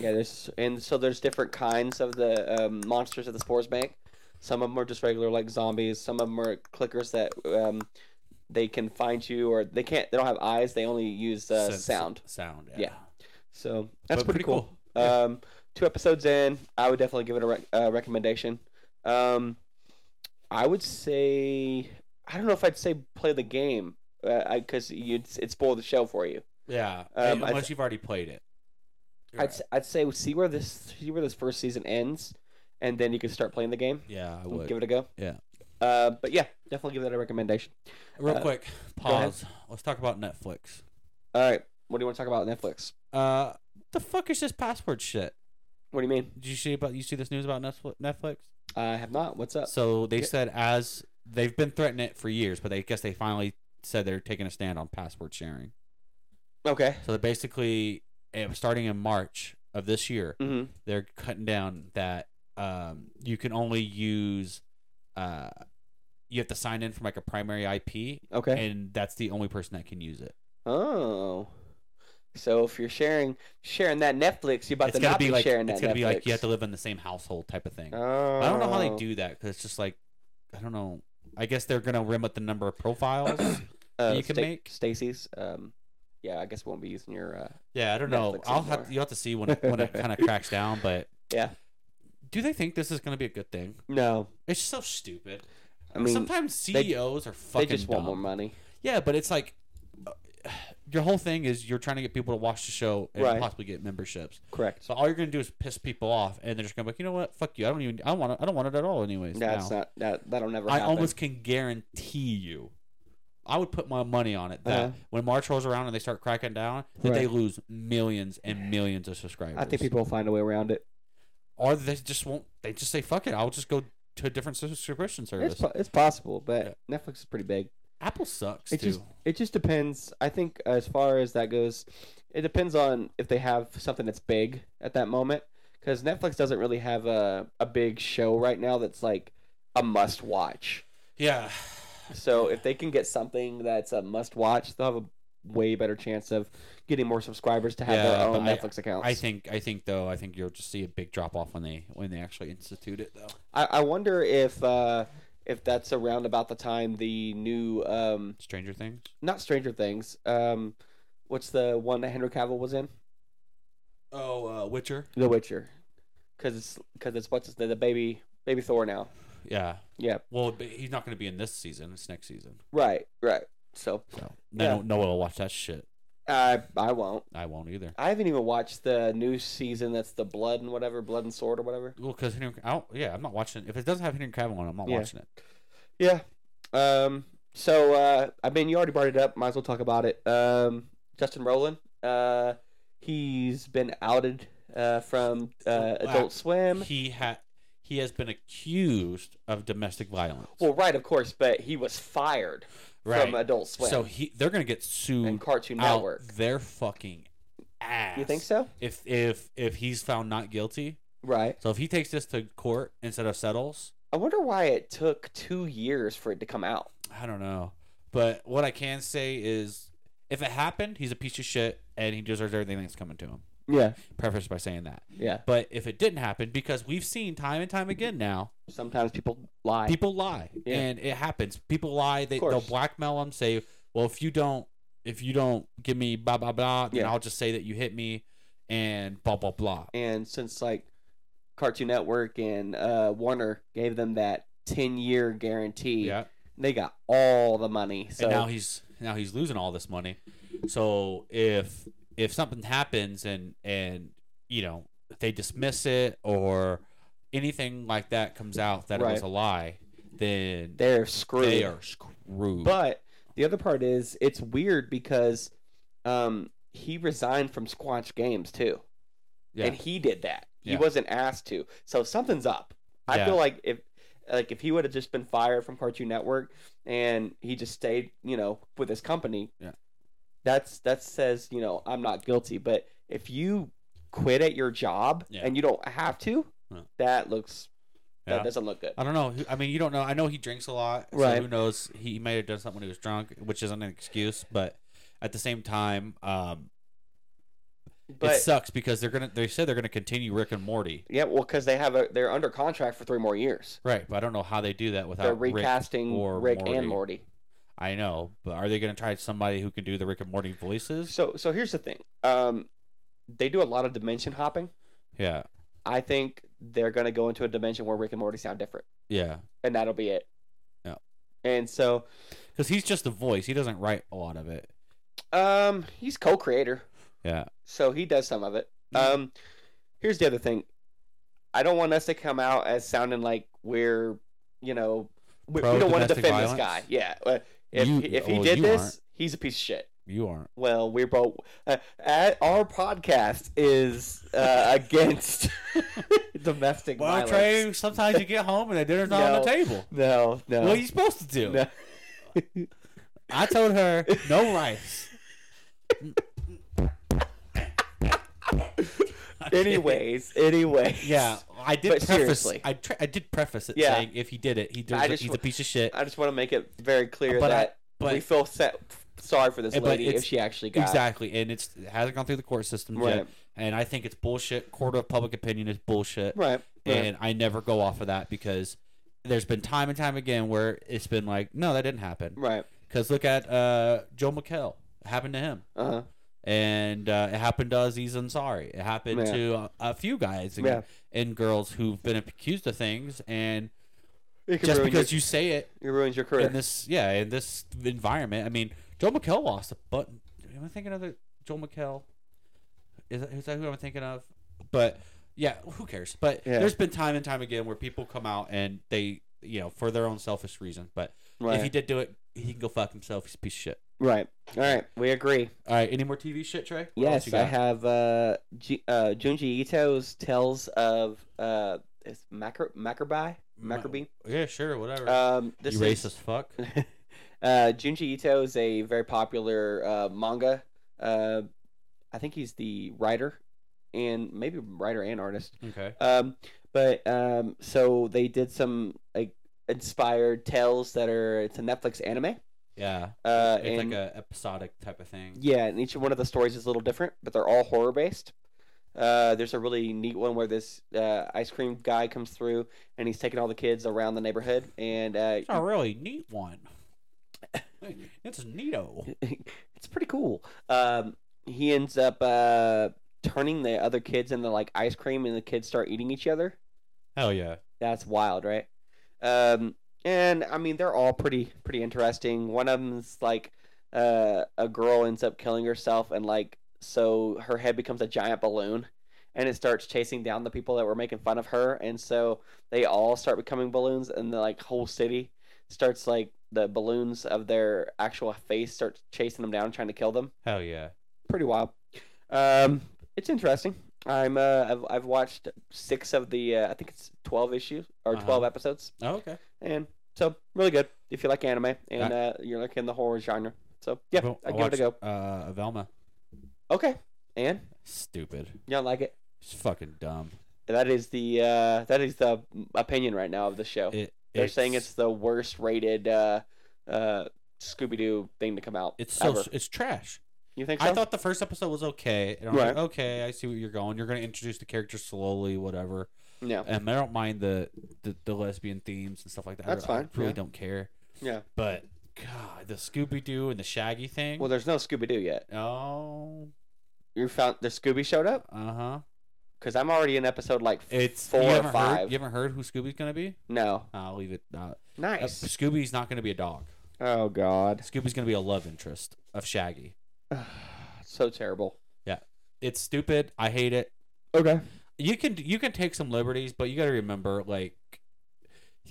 [SPEAKER 1] Yeah, there's and so there's different kinds of the um, monsters at the spores bank. Some of them are just regular like zombies. Some of them are clickers that um, they can find you or they can't. They don't have eyes. They only use uh,
[SPEAKER 3] Sense-
[SPEAKER 1] sound.
[SPEAKER 3] Sound. Yeah.
[SPEAKER 1] Yeah. So that's
[SPEAKER 3] But
[SPEAKER 1] pretty, cool. Um, two episodes in, I would definitely give it a rec- uh, recommendation. Um, I would say I don't know if I'd say play the game uh, because you it spoiled the show for you.
[SPEAKER 3] Yeah.
[SPEAKER 1] Um, I
[SPEAKER 3] unless you've already played it.
[SPEAKER 1] I'd s- I'd say see where this see where this first season ends, and then you can start playing the game.
[SPEAKER 3] yeah, I would.
[SPEAKER 1] Give it a go.
[SPEAKER 3] Yeah.
[SPEAKER 1] Uh, but yeah, definitely give that a recommendation.
[SPEAKER 3] Real
[SPEAKER 1] uh,
[SPEAKER 3] quick,
[SPEAKER 1] ahead.
[SPEAKER 3] pause. Let's talk about Netflix.
[SPEAKER 1] All right, What do you want to talk about Netflix?
[SPEAKER 3] Uh, the fuck is this password shit?
[SPEAKER 1] What do you mean?
[SPEAKER 3] Did you see about you see this news about Netfli- Netflix?
[SPEAKER 1] I have not. What's up?
[SPEAKER 3] So they
[SPEAKER 1] Uh, yeah.
[SPEAKER 3] said as they've been threatening it for years, but they guess they finally said they're taking a stand on password sharing.
[SPEAKER 1] Okay.
[SPEAKER 3] So they're basically eh, starting in March of this year,
[SPEAKER 1] hmm
[SPEAKER 3] they're cutting down that um, you can only use uh, you have to sign in from like a primary IP
[SPEAKER 1] Okay.
[SPEAKER 3] and that's the only person that can use it.
[SPEAKER 1] Oh. So if you're sharing sharing that Netflix, you about
[SPEAKER 3] it's
[SPEAKER 1] to not
[SPEAKER 3] gonna
[SPEAKER 1] be,
[SPEAKER 3] be like
[SPEAKER 1] sharing that
[SPEAKER 3] it's gonna
[SPEAKER 1] Netflix.
[SPEAKER 3] be like you have to live in the same household type of thing.
[SPEAKER 1] Oh.
[SPEAKER 3] I don't know how they do that because it's just like I don't know. I guess they're gonna limit the number of profiles.
[SPEAKER 1] Uh,
[SPEAKER 3] you can
[SPEAKER 1] Sta-
[SPEAKER 3] make.
[SPEAKER 1] Stacy's. Um, yeah, I guess we won't be using your. Uh,
[SPEAKER 3] yeah, I don't know.
[SPEAKER 1] Netflix
[SPEAKER 3] I'll have
[SPEAKER 1] anymore.
[SPEAKER 3] to, you have to see when it, when it kind of cracks down, but
[SPEAKER 1] Yeah.
[SPEAKER 3] Do they think this is gonna be a good thing?
[SPEAKER 1] no,
[SPEAKER 3] It's so stupid.
[SPEAKER 1] I mean
[SPEAKER 3] sometimes CEOs are
[SPEAKER 1] they
[SPEAKER 3] fucking.
[SPEAKER 1] just want
[SPEAKER 3] dumb.
[SPEAKER 1] more money.
[SPEAKER 3] Yeah, but it's like uh, your whole thing is you're trying to get people to watch the show and
[SPEAKER 1] Right.
[SPEAKER 3] possibly get memberships.
[SPEAKER 1] Correct.
[SPEAKER 3] So all you're gonna do is piss people off, and they're just gonna be like, you know what, fuck you. I don't even. I don't want. It, I don't want it at all, anyways.
[SPEAKER 1] That's
[SPEAKER 3] now.
[SPEAKER 1] not that. That'll never.
[SPEAKER 3] I
[SPEAKER 1] happen.
[SPEAKER 3] almost can guarantee you. I would put my money on it that
[SPEAKER 1] Uh-huh.
[SPEAKER 3] when March rolls around and they start cracking down, that they lose millions and millions of subscribers.
[SPEAKER 1] I think people will find a way around it.
[SPEAKER 3] or they just won't. They just say, fuck it. I'll just go to a different subscription
[SPEAKER 1] It's,
[SPEAKER 3] service.
[SPEAKER 1] po- it's possible, but Netflix is pretty big.
[SPEAKER 3] Apple sucks
[SPEAKER 1] It
[SPEAKER 3] too.
[SPEAKER 1] just it just depends. I think as far as that goes, it depends on if they have something that's big at that moment. Because Netflix doesn't really have a a big show right now that's like a must watch.
[SPEAKER 3] yeah.
[SPEAKER 1] So if they can get something that's a must watch, they'll have a way better chance of getting more subscribers to have
[SPEAKER 3] Yeah,
[SPEAKER 1] their own
[SPEAKER 3] but I-
[SPEAKER 1] Netflix accounts.
[SPEAKER 3] I think I think though I think you'll just see a big drop off when they when they actually institute it though.
[SPEAKER 1] I, I wonder if uh, if that's around about the time the new um,
[SPEAKER 3] Stranger Things.
[SPEAKER 1] not Stranger Things. Um, what's the one that Henry Cavill was in?
[SPEAKER 3] Oh, uh, Witcher.
[SPEAKER 1] The Witcher, because it's because it's what's his, the baby baby Thor now.
[SPEAKER 3] Yeah.
[SPEAKER 1] Yeah,
[SPEAKER 3] Well, but he's not going to be in this season. It's next season.
[SPEAKER 1] right, right. So
[SPEAKER 3] So
[SPEAKER 1] Yeah.
[SPEAKER 3] no, no one will watch that shit.
[SPEAKER 1] I I won't.
[SPEAKER 3] I won't either.
[SPEAKER 1] I haven't even watched the new season. That's the blood and whatever, blood and sword or whatever.
[SPEAKER 3] Well, because Henry, I don't, yeah, I'm not watching. If it doesn't have Henry Cavill on, it, I'm not
[SPEAKER 1] Yeah.
[SPEAKER 3] watching it.
[SPEAKER 1] Yeah. Um. So uh, I mean, you already brought it up. Might as well talk about it. Um, Justin Rowland. Uh, he's been outed. Uh, from uh, Adult Swim.
[SPEAKER 3] He ha- he has been accused of domestic violence.
[SPEAKER 1] Well, right, of course, but he was fired
[SPEAKER 3] Right.
[SPEAKER 1] from Adult Swim.
[SPEAKER 3] so he they're going to get sued
[SPEAKER 1] and Cartoon
[SPEAKER 3] out
[SPEAKER 1] Network.
[SPEAKER 3] their fucking ass.
[SPEAKER 1] You think so?
[SPEAKER 3] If if if he's found not guilty,
[SPEAKER 1] Right.
[SPEAKER 3] So if he takes this to court instead of settles,
[SPEAKER 1] I wonder why it took two years for it to come out.
[SPEAKER 3] I don't know. But what I can say is if it happened, he's a piece of shit and he deserves everything that's coming to him.
[SPEAKER 1] Yeah.
[SPEAKER 3] Preface by saying that.
[SPEAKER 1] Yeah.
[SPEAKER 3] But if it didn't happen, because we've seen time and time again now,
[SPEAKER 1] Sometimes people lie.
[SPEAKER 3] people lie
[SPEAKER 1] Yeah.
[SPEAKER 3] and it happens. People lie. They,
[SPEAKER 1] Of course.
[SPEAKER 3] they'll blackmail them, say, well, if you don't, if you don't give me blah, blah, blah, then
[SPEAKER 1] Yeah.
[SPEAKER 3] I'll just say that you hit me and blah, blah, blah.
[SPEAKER 1] and since like Cartoon Network and uh, Warner gave them that ten year guarantee,
[SPEAKER 3] Yeah.
[SPEAKER 1] they got all the money. So
[SPEAKER 3] and now he's now he's losing all this money. So if if something happens and and you know they dismiss it or anything like that comes out that it was
[SPEAKER 1] Right.
[SPEAKER 3] a lie, then they,
[SPEAKER 1] they're screwed.
[SPEAKER 3] are screwed.
[SPEAKER 1] But the other part is it's weird because um, he resigned from Squatch Games too.
[SPEAKER 3] yeah,
[SPEAKER 1] and he did that. He
[SPEAKER 3] Yeah.
[SPEAKER 1] wasn't asked to. So something's up. I
[SPEAKER 3] Yeah.
[SPEAKER 1] feel like if like if he would have just been fired from Cartoon Network and he just stayed, you know, with his company.
[SPEAKER 3] Yeah.
[SPEAKER 1] That's that says, you know, I'm not guilty, but if you quit at your job
[SPEAKER 3] Yeah.
[SPEAKER 1] and you don't have to,
[SPEAKER 3] Yeah.
[SPEAKER 1] that looks
[SPEAKER 3] Yeah. Uh,
[SPEAKER 1] that doesn't look good.
[SPEAKER 3] I don't know. I mean, you don't know. I know he drinks a lot. So
[SPEAKER 1] Right.
[SPEAKER 3] Who knows? He may have done something when he was drunk, which isn't an excuse. But at the same time, um, it
[SPEAKER 1] But
[SPEAKER 3] sucks because they're gonna. They said they're gonna continue Rick and Morty.
[SPEAKER 1] yeah, well cuz they have a they're under contract for 3 more years.
[SPEAKER 3] Right, but I don't know how they do that without
[SPEAKER 1] They're
[SPEAKER 3] Rick
[SPEAKER 1] recasting
[SPEAKER 3] or
[SPEAKER 1] Rick, and
[SPEAKER 3] Morty.
[SPEAKER 1] Morty.
[SPEAKER 3] I know, but are they going to try somebody who can do the Rick and Morty voices?
[SPEAKER 1] So so here's the thing. Um they do a lot of dimension hopping.
[SPEAKER 3] Yeah,
[SPEAKER 1] I think they're gonna go into a dimension where Rick and Morty sound different,
[SPEAKER 3] yeah.
[SPEAKER 1] and that'll be it.
[SPEAKER 3] Yeah.
[SPEAKER 1] And so,
[SPEAKER 3] Because he's just a voice; he doesn't write a lot of it.
[SPEAKER 1] um, he's co-creator,
[SPEAKER 3] Yeah,
[SPEAKER 1] so he does some of it.
[SPEAKER 3] Mm-hmm.
[SPEAKER 1] Um, here's the other thing. I don't want us to come out as sounding like we're, you know, we, we
[SPEAKER 3] Pro
[SPEAKER 1] don't want to
[SPEAKER 3] domestic
[SPEAKER 1] defend this guy.
[SPEAKER 3] violence?
[SPEAKER 1] Yeah. uh, If
[SPEAKER 3] You-
[SPEAKER 1] if he
[SPEAKER 3] well,
[SPEAKER 1] did
[SPEAKER 3] you
[SPEAKER 1] this,
[SPEAKER 3] aren't.
[SPEAKER 1] he's a piece of shit.
[SPEAKER 3] You aren't.
[SPEAKER 1] Well, we're both. Uh, at, our podcast is uh, against domestic
[SPEAKER 3] Well,
[SPEAKER 1] violence.
[SPEAKER 3] Trey, sometimes you get home and the dinner's not on
[SPEAKER 1] No.
[SPEAKER 3] the table.
[SPEAKER 1] No, no.
[SPEAKER 3] What are you supposed to do?
[SPEAKER 1] no.
[SPEAKER 3] I told her no rice.
[SPEAKER 1] anyways, anyways.
[SPEAKER 3] Yeah, I did
[SPEAKER 1] But
[SPEAKER 3] preface.
[SPEAKER 1] seriously.
[SPEAKER 3] I tra- I did preface it
[SPEAKER 1] Yeah.
[SPEAKER 3] saying if he did it, he
[SPEAKER 1] I
[SPEAKER 3] did,
[SPEAKER 1] just
[SPEAKER 3] he's a
[SPEAKER 1] w-
[SPEAKER 3] piece of shit.
[SPEAKER 1] I just want to make it very clear
[SPEAKER 3] But I-
[SPEAKER 1] that
[SPEAKER 3] but-
[SPEAKER 1] we feel sa- sorry for this
[SPEAKER 3] But
[SPEAKER 1] lady if
[SPEAKER 3] it's-
[SPEAKER 1] she actually got
[SPEAKER 3] Exactly, and it's it hasn't gone through the court system yet.
[SPEAKER 1] Right.
[SPEAKER 3] And I think it's bullshit. Court of public opinion is bullshit.
[SPEAKER 1] Right. right.
[SPEAKER 3] And I never go off of that because there's been time and time again where it's been like, no, that didn't happen.
[SPEAKER 1] right.
[SPEAKER 3] Because look at uh, Joe McHale. It happened to him.
[SPEAKER 1] Uh huh.
[SPEAKER 3] and uh, it happened to Aziz Ansari. It happened
[SPEAKER 1] Yeah.
[SPEAKER 3] to a, a few guys and,
[SPEAKER 1] Yeah.
[SPEAKER 3] and girls who've been accused of things, and
[SPEAKER 1] It could
[SPEAKER 3] just
[SPEAKER 1] ruin
[SPEAKER 3] because
[SPEAKER 1] your,
[SPEAKER 3] you say it
[SPEAKER 1] it ruins your career.
[SPEAKER 3] in this, yeah, in this environment. I mean, Joe McHale lost a but. Am I thinking of the Joe McHale? Is that, is that who I'm thinking of? But yeah, who cares? But
[SPEAKER 1] Yeah.
[SPEAKER 3] there's been time and time again where people come out and they, you know, for their own selfish reason. But
[SPEAKER 1] right.
[SPEAKER 3] if he did do it, he can go fuck himself. He's a piece of shit.
[SPEAKER 1] right. All right. We agree.
[SPEAKER 3] All right, any more TV shit, Trey? What else
[SPEAKER 1] Yes,
[SPEAKER 3] you
[SPEAKER 1] I
[SPEAKER 3] got?
[SPEAKER 1] have uh, G- uh, Junji Ito's Tales of uh, it's Macro Macrobi
[SPEAKER 3] Ma-
[SPEAKER 1] Macrobi.
[SPEAKER 3] Yeah, sure, whatever.
[SPEAKER 1] Um, this
[SPEAKER 3] you
[SPEAKER 1] is
[SPEAKER 3] racist fuck.
[SPEAKER 1] uh, Junji Ito is a very popular uh, manga. Uh, I think he's the writer and maybe writer and artist.
[SPEAKER 3] Okay.
[SPEAKER 1] Um, but um, so they did some like inspired tales that are it's a Netflix anime.
[SPEAKER 3] Yeah.
[SPEAKER 1] Uh,
[SPEAKER 3] it's
[SPEAKER 1] and-
[SPEAKER 3] like a episodic type of thing.
[SPEAKER 1] Yeah, and each one of the stories is a little different, but they're all horror based. Uh, there's a really neat one where this uh, ice cream guy comes through and he's taking all the kids around the neighborhood, and uh,
[SPEAKER 3] It's a really neat one. it's neato.
[SPEAKER 1] it's pretty cool. Um, he ends up uh, turning the other kids into like ice cream, and the kids start eating each other.
[SPEAKER 3] Hell yeah.
[SPEAKER 1] That's wild, right? Um, and I mean, they're all pretty pretty interesting. One of them's like uh, a girl ends up killing herself, and like so her head becomes a giant balloon, and it starts chasing down the people that were making fun of her, and so they all start becoming balloons, and the like whole city starts like the balloons of their actual face starts chasing them down, trying to kill them.
[SPEAKER 3] Hell yeah.
[SPEAKER 1] Pretty wild. Um, it's interesting. I'm uh, I've, I've watched six of the uh, I think it's twelve issues or
[SPEAKER 3] Uh-huh.
[SPEAKER 1] 12 episodes,
[SPEAKER 3] Oh, okay.
[SPEAKER 1] and so really good if you like anime and uh, you're like in the horror genre. So yeah,
[SPEAKER 3] Well,
[SPEAKER 1] I give it a go.
[SPEAKER 3] watched, Uh, Velma.
[SPEAKER 1] Okay, and
[SPEAKER 3] Stupid.
[SPEAKER 1] you don't like it.
[SPEAKER 3] It's fucking dumb.
[SPEAKER 1] That is the uh, that is the opinion right now of the show.
[SPEAKER 3] It,
[SPEAKER 1] Oh, They're saying it's the worst rated uh, uh, Scooby Doo thing to come out.
[SPEAKER 3] it's so
[SPEAKER 1] ever.
[SPEAKER 3] it's trash.
[SPEAKER 1] you think so?
[SPEAKER 3] I thought the first episode was okay. And I'm like,
[SPEAKER 1] Right.
[SPEAKER 3] okay, I see where you're going. You're going to introduce the character slowly, whatever.
[SPEAKER 1] no.
[SPEAKER 3] And I don't mind the, the, the lesbian themes and stuff like that. I-
[SPEAKER 1] That's fine,
[SPEAKER 3] I really
[SPEAKER 1] yeah.
[SPEAKER 3] don't care.
[SPEAKER 1] Yeah.
[SPEAKER 3] But God, the Scooby Doo and the Shaggy thing.
[SPEAKER 1] Well, there's no Scooby Doo yet.
[SPEAKER 3] oh,
[SPEAKER 1] You found the Scooby showed up.
[SPEAKER 3] uh huh.
[SPEAKER 1] Because I'm already in episode like
[SPEAKER 3] It's
[SPEAKER 1] four
[SPEAKER 3] you
[SPEAKER 1] or
[SPEAKER 3] haven't
[SPEAKER 1] five.
[SPEAKER 3] Heard, you haven't heard who Scooby's gonna be?
[SPEAKER 1] No.
[SPEAKER 3] I'll leave it. Not. Uh,
[SPEAKER 1] Nice.
[SPEAKER 3] Scooby's not gonna be a dog.
[SPEAKER 1] Oh God.
[SPEAKER 3] Scooby's gonna be a love interest of Shaggy.
[SPEAKER 1] so terrible.
[SPEAKER 3] It's stupid. I hate it.
[SPEAKER 1] Okay.
[SPEAKER 3] You can you can take some liberties, but you gotta remember, like,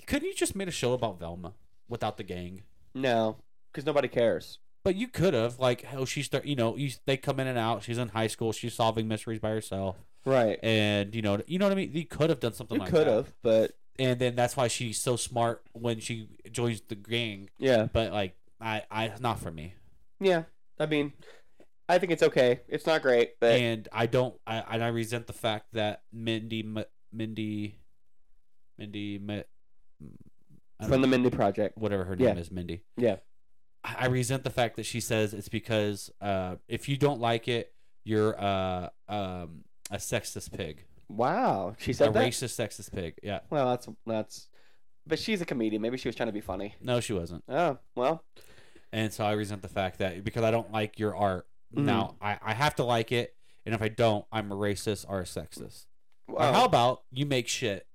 [SPEAKER 3] couldn't you just made a show about Velma without the gang?
[SPEAKER 1] No, because nobody cares.
[SPEAKER 3] But you could have, like, how she's thir- you know, you, they come in and out. She's in high school. She's solving mysteries by herself,
[SPEAKER 1] Right.
[SPEAKER 3] and you know, you know what I mean. You could have done something
[SPEAKER 1] You
[SPEAKER 3] like
[SPEAKER 1] could
[SPEAKER 3] that.
[SPEAKER 1] have, but
[SPEAKER 3] and then that's why she's so smart when she joins the gang.
[SPEAKER 1] yeah,
[SPEAKER 3] But like, I, I not for me,
[SPEAKER 1] yeah. I mean, I think it's okay. It's not great, but
[SPEAKER 3] and I don't, I and I resent the fact that Mindy, M- Mindy, Mindy, Mi- I don't
[SPEAKER 1] from the
[SPEAKER 3] know,
[SPEAKER 1] Mindy Project.
[SPEAKER 3] whatever her
[SPEAKER 1] Yeah.
[SPEAKER 3] name is, Mindy.
[SPEAKER 1] Yeah.
[SPEAKER 3] I, I resent the fact that she says it's because uh, if you don't like it, you're uh, um, a sexist pig,
[SPEAKER 1] Wow, she
[SPEAKER 3] a
[SPEAKER 1] said that.
[SPEAKER 3] racist sexist pig. Yeah,
[SPEAKER 1] Well, that's that's. But she's a comedian. Maybe she was trying to be funny.
[SPEAKER 3] no, she wasn't.
[SPEAKER 1] Oh well.
[SPEAKER 3] and so I resent the fact that because I don't like your art.
[SPEAKER 1] Mhm.
[SPEAKER 3] Now I, I have to like it, and if I don't, I'm a racist or a sexist. Or
[SPEAKER 1] Wow.
[SPEAKER 3] how about you make shit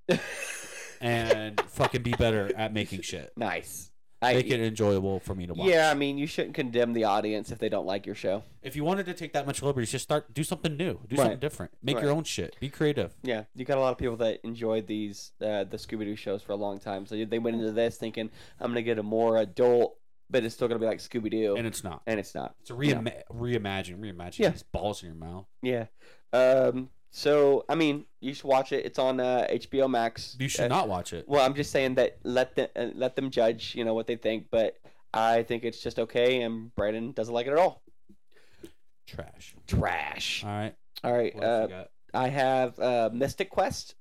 [SPEAKER 3] and fucking be better at making shit,
[SPEAKER 1] nice. I,
[SPEAKER 3] make it enjoyable for me to watch.
[SPEAKER 1] yeah, I mean, you shouldn't condemn the audience if they don't like your show.
[SPEAKER 3] If you wanted to take that much liberty, just start do something new, do
[SPEAKER 1] Right.
[SPEAKER 3] something different, make your
[SPEAKER 1] Right.
[SPEAKER 3] own shit, be creative.
[SPEAKER 1] Yeah, you got a lot of people that enjoyed these uh, the Scooby Doo shows for a long time, so they went into this thinking I'm gonna get a more adult but it's still gonna be like Scooby Doo,
[SPEAKER 3] and
[SPEAKER 1] and,
[SPEAKER 3] it's not.
[SPEAKER 1] it's not.
[SPEAKER 3] It's a reima- reimagine, reimagine.
[SPEAKER 1] Yeah.
[SPEAKER 3] These balls in your mouth.
[SPEAKER 1] Yeah. Um. So I mean, you should watch it. It's on uh, HBO Max.
[SPEAKER 3] You should
[SPEAKER 1] Uh,
[SPEAKER 3] not watch it.
[SPEAKER 1] Well, I'm just saying that let them uh, let them judge. You know what they think, but I think it's just okay. And Brandon doesn't like it at all.
[SPEAKER 3] Trash.
[SPEAKER 1] Trash.
[SPEAKER 3] All right.
[SPEAKER 1] All right.
[SPEAKER 3] Uh, What else
[SPEAKER 1] Uh,
[SPEAKER 3] you got?
[SPEAKER 1] I have uh, Mystic Quest.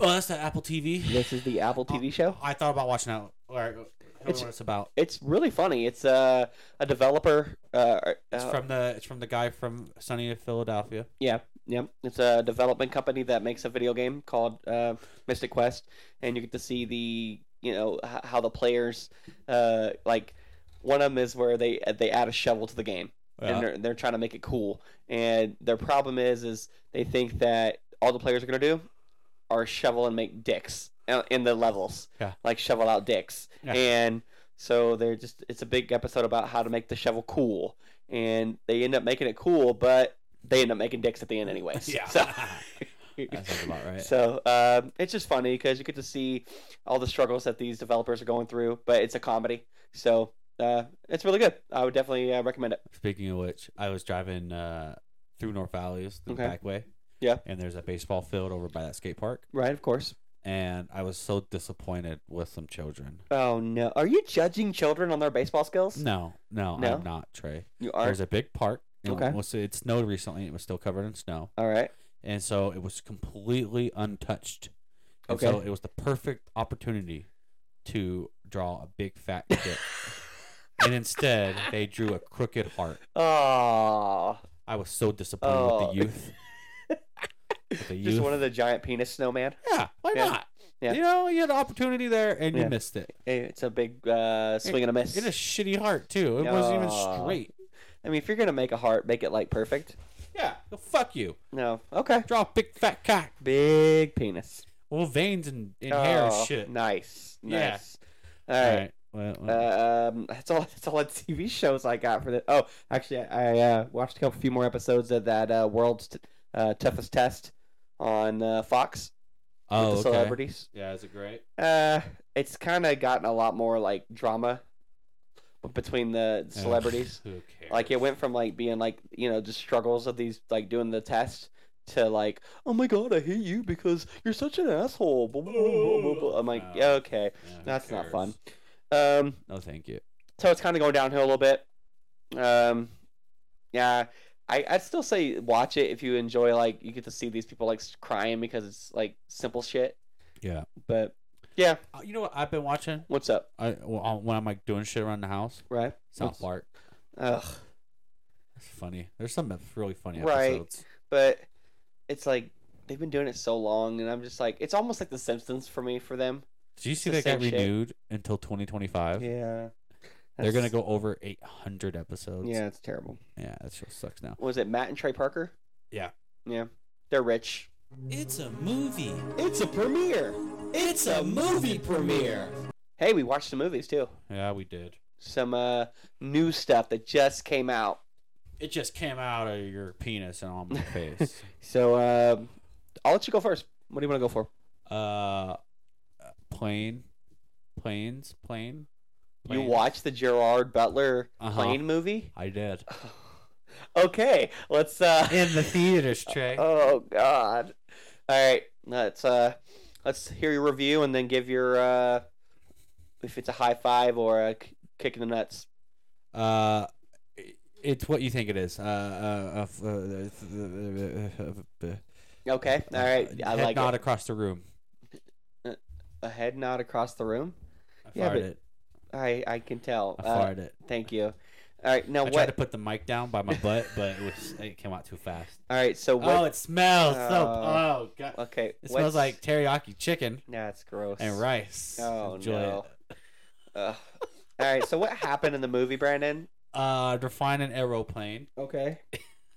[SPEAKER 3] Oh, that's the Apple TV.
[SPEAKER 1] This is the Apple TV show.
[SPEAKER 3] I thought about watching that. All right. Tell me
[SPEAKER 1] It's-
[SPEAKER 3] what it's about.
[SPEAKER 1] It's really funny. It's uh, a developer. Uh,
[SPEAKER 3] It's
[SPEAKER 1] uh,
[SPEAKER 3] from the it's from the guy from Sunny of Philadelphia.
[SPEAKER 1] Yeah, yeah. It's a development company that makes a video game called uh, Mystic Quest, and you get to see the you know h- how the players uh, like one of them is where they they add a shovel to the game,
[SPEAKER 3] Yeah.
[SPEAKER 1] and they're they're trying to make it cool. And their problem is is they think that all the players are gonna do are shovel and make dicks uh, in the levels,
[SPEAKER 3] Yeah.
[SPEAKER 1] like shovel out dicks,
[SPEAKER 3] Yeah.
[SPEAKER 1] and so they're just it's a big episode about how to make the shovel cool, and they end up making it cool, but they end up making dicks at the end anyways.
[SPEAKER 3] Yeah.
[SPEAKER 1] So,
[SPEAKER 3] that sounds about right.
[SPEAKER 1] so um, it's just funny because you get to see all the struggles that these developers are going through, but it's a comedy. So uh, it's really good. I would definitely uh, recommend it.
[SPEAKER 3] Speaking of which, I was driving uh, through North Valleys, the
[SPEAKER 1] Okay.
[SPEAKER 3] back way.
[SPEAKER 1] Yeah.
[SPEAKER 3] And there's a baseball field over by that skate park.
[SPEAKER 1] Right, of course.
[SPEAKER 3] And I was so disappointed with some children.
[SPEAKER 1] Oh no, are you judging children on their baseball skills?
[SPEAKER 3] No, no,
[SPEAKER 1] No?
[SPEAKER 3] I'm not, Trey.
[SPEAKER 1] you
[SPEAKER 3] There
[SPEAKER 1] are.
[SPEAKER 3] was a big park. And
[SPEAKER 1] Okay.
[SPEAKER 3] it, was, it snowed recently. and It was still covered in snow.
[SPEAKER 1] All right.
[SPEAKER 3] And so it was completely untouched. And So
[SPEAKER 1] Okay.
[SPEAKER 3] it was the perfect opportunity to draw a big fat dick. and instead, they drew a crooked heart.
[SPEAKER 1] Oh,
[SPEAKER 3] I was so disappointed
[SPEAKER 1] Oh.
[SPEAKER 3] with the youth. with the youth.
[SPEAKER 1] just one of the giant penis snowman.
[SPEAKER 3] yeah, why
[SPEAKER 1] Yeah.
[SPEAKER 3] not?
[SPEAKER 1] Yeah.
[SPEAKER 3] You know, you had an opportunity there and
[SPEAKER 1] Yeah.
[SPEAKER 3] you missed it.
[SPEAKER 1] Hey, It's a big uh, swing and a miss.
[SPEAKER 3] It had a shitty heart, too. It wasn't even
[SPEAKER 1] Oh.
[SPEAKER 3] straight.
[SPEAKER 1] I mean, if you're gonna make a heart, make it like perfect.
[SPEAKER 3] Yeah, well, fuck you.
[SPEAKER 1] No. Okay.
[SPEAKER 3] Draw a big fat cock.
[SPEAKER 1] Big penis.
[SPEAKER 3] Well, veins and, and hair and
[SPEAKER 1] Oh,
[SPEAKER 3] shit.
[SPEAKER 1] Nice.
[SPEAKER 3] Yeah.
[SPEAKER 1] Nice.
[SPEAKER 3] All
[SPEAKER 1] All right.
[SPEAKER 3] right. Well, well,
[SPEAKER 1] Um, that's all. That's all the TV shows I got for the. Oh, actually, I, I uh, watched a couple few more episodes of that uh, World's t- uh, Toughest Test on uh, Fox
[SPEAKER 3] oh,
[SPEAKER 1] with the
[SPEAKER 3] okay.
[SPEAKER 1] celebrities.
[SPEAKER 3] Yeah, is it great?
[SPEAKER 1] Uh, it's kind of gotten a lot more like drama b- between the
[SPEAKER 3] Ugh,
[SPEAKER 1] celebrities.
[SPEAKER 3] who cares?
[SPEAKER 1] like it went from like being like you know just struggles of these like doing the test to like oh my god I hate you because you're such an asshole. Blah, blah, blah, blah, blah. I'm like
[SPEAKER 3] Oh.
[SPEAKER 1] yeah, okay,
[SPEAKER 3] Yeah, who
[SPEAKER 1] that's not
[SPEAKER 3] cares?
[SPEAKER 1] fun. Um.
[SPEAKER 3] No, thank you.
[SPEAKER 1] so it's kind of going downhill a little bit. Um, yeah, I, I'd still say watch it if you enjoy like you get to see these people like s- crying because it's like simple shit.
[SPEAKER 3] Yeah.
[SPEAKER 1] But yeah,
[SPEAKER 3] Uh, you know what I've been watching?
[SPEAKER 1] what's up,
[SPEAKER 3] I well, uh, when I'm like doing shit around the house.
[SPEAKER 1] right? What's-
[SPEAKER 3] South Park.
[SPEAKER 1] Ugh,
[SPEAKER 3] That's funny. There's some that's really funny
[SPEAKER 1] Right.
[SPEAKER 3] episodes.
[SPEAKER 1] but it's like they've been doing it so long, and I'm just like it's almost like The Simpsons for me for them.
[SPEAKER 3] Did you see
[SPEAKER 1] the
[SPEAKER 3] they
[SPEAKER 1] same
[SPEAKER 3] got
[SPEAKER 1] shit.
[SPEAKER 3] renewed until 2025?
[SPEAKER 1] Yeah,
[SPEAKER 3] They're gonna go over 800 episodes.
[SPEAKER 1] Yeah, it's terrible.
[SPEAKER 3] yeah, that just sucks now.
[SPEAKER 1] Was it Matt and Trey Parker?
[SPEAKER 3] Yeah.
[SPEAKER 1] Yeah, they're rich.
[SPEAKER 2] It's a movie.
[SPEAKER 1] It's a premiere.
[SPEAKER 2] It's a movie premiere.
[SPEAKER 1] Hey, we watched some movies too.
[SPEAKER 3] Yeah, we did.
[SPEAKER 1] Some uh, new stuff that just came out.
[SPEAKER 3] It just came out of your penis and on my face.
[SPEAKER 1] So uh, I'll let you go first. What do you want to go for?
[SPEAKER 3] uh, plane, planes, plane.
[SPEAKER 1] You
[SPEAKER 3] Planes?
[SPEAKER 1] watched the Gerard Butler
[SPEAKER 3] Uh-huh.
[SPEAKER 1] plane movie?
[SPEAKER 3] I did.
[SPEAKER 1] Okay, let's. Uh...
[SPEAKER 3] In the theaters, Trey.
[SPEAKER 1] Oh God! All right, let's uh, let's hear your review and then give your uh, if it's a high five or a k- kick in the nuts.
[SPEAKER 3] Uh, it- it's what you think it is. Uh, uh, uh, f- uh, uh, uh, uh, uh,
[SPEAKER 1] Okay, all right, I
[SPEAKER 3] head
[SPEAKER 1] like
[SPEAKER 3] nod
[SPEAKER 1] it.
[SPEAKER 3] across the room.
[SPEAKER 1] A head nod across the room.
[SPEAKER 3] I
[SPEAKER 1] Yeah,
[SPEAKER 3] farted.
[SPEAKER 1] but- I I can tell.
[SPEAKER 3] I
[SPEAKER 1] Uh,
[SPEAKER 3] farted.
[SPEAKER 1] thank you. All right, now
[SPEAKER 3] I tried to
[SPEAKER 1] what?
[SPEAKER 3] put the mic down by my butt, but it was it came out too fast.
[SPEAKER 1] All right, so
[SPEAKER 3] Oh,
[SPEAKER 1] what?
[SPEAKER 3] it smells so.
[SPEAKER 1] Oh.
[SPEAKER 3] Oh god, it
[SPEAKER 1] okay, what's-
[SPEAKER 3] smells like teriyaki chicken
[SPEAKER 1] Nah, it's gross.
[SPEAKER 3] and rice.
[SPEAKER 1] Oh,
[SPEAKER 3] Enjoy
[SPEAKER 1] no.
[SPEAKER 3] it.
[SPEAKER 1] Ugh. All right. So what happened in the movie, Brandon?
[SPEAKER 3] Uh, they're flying an aeroplane
[SPEAKER 1] Okay.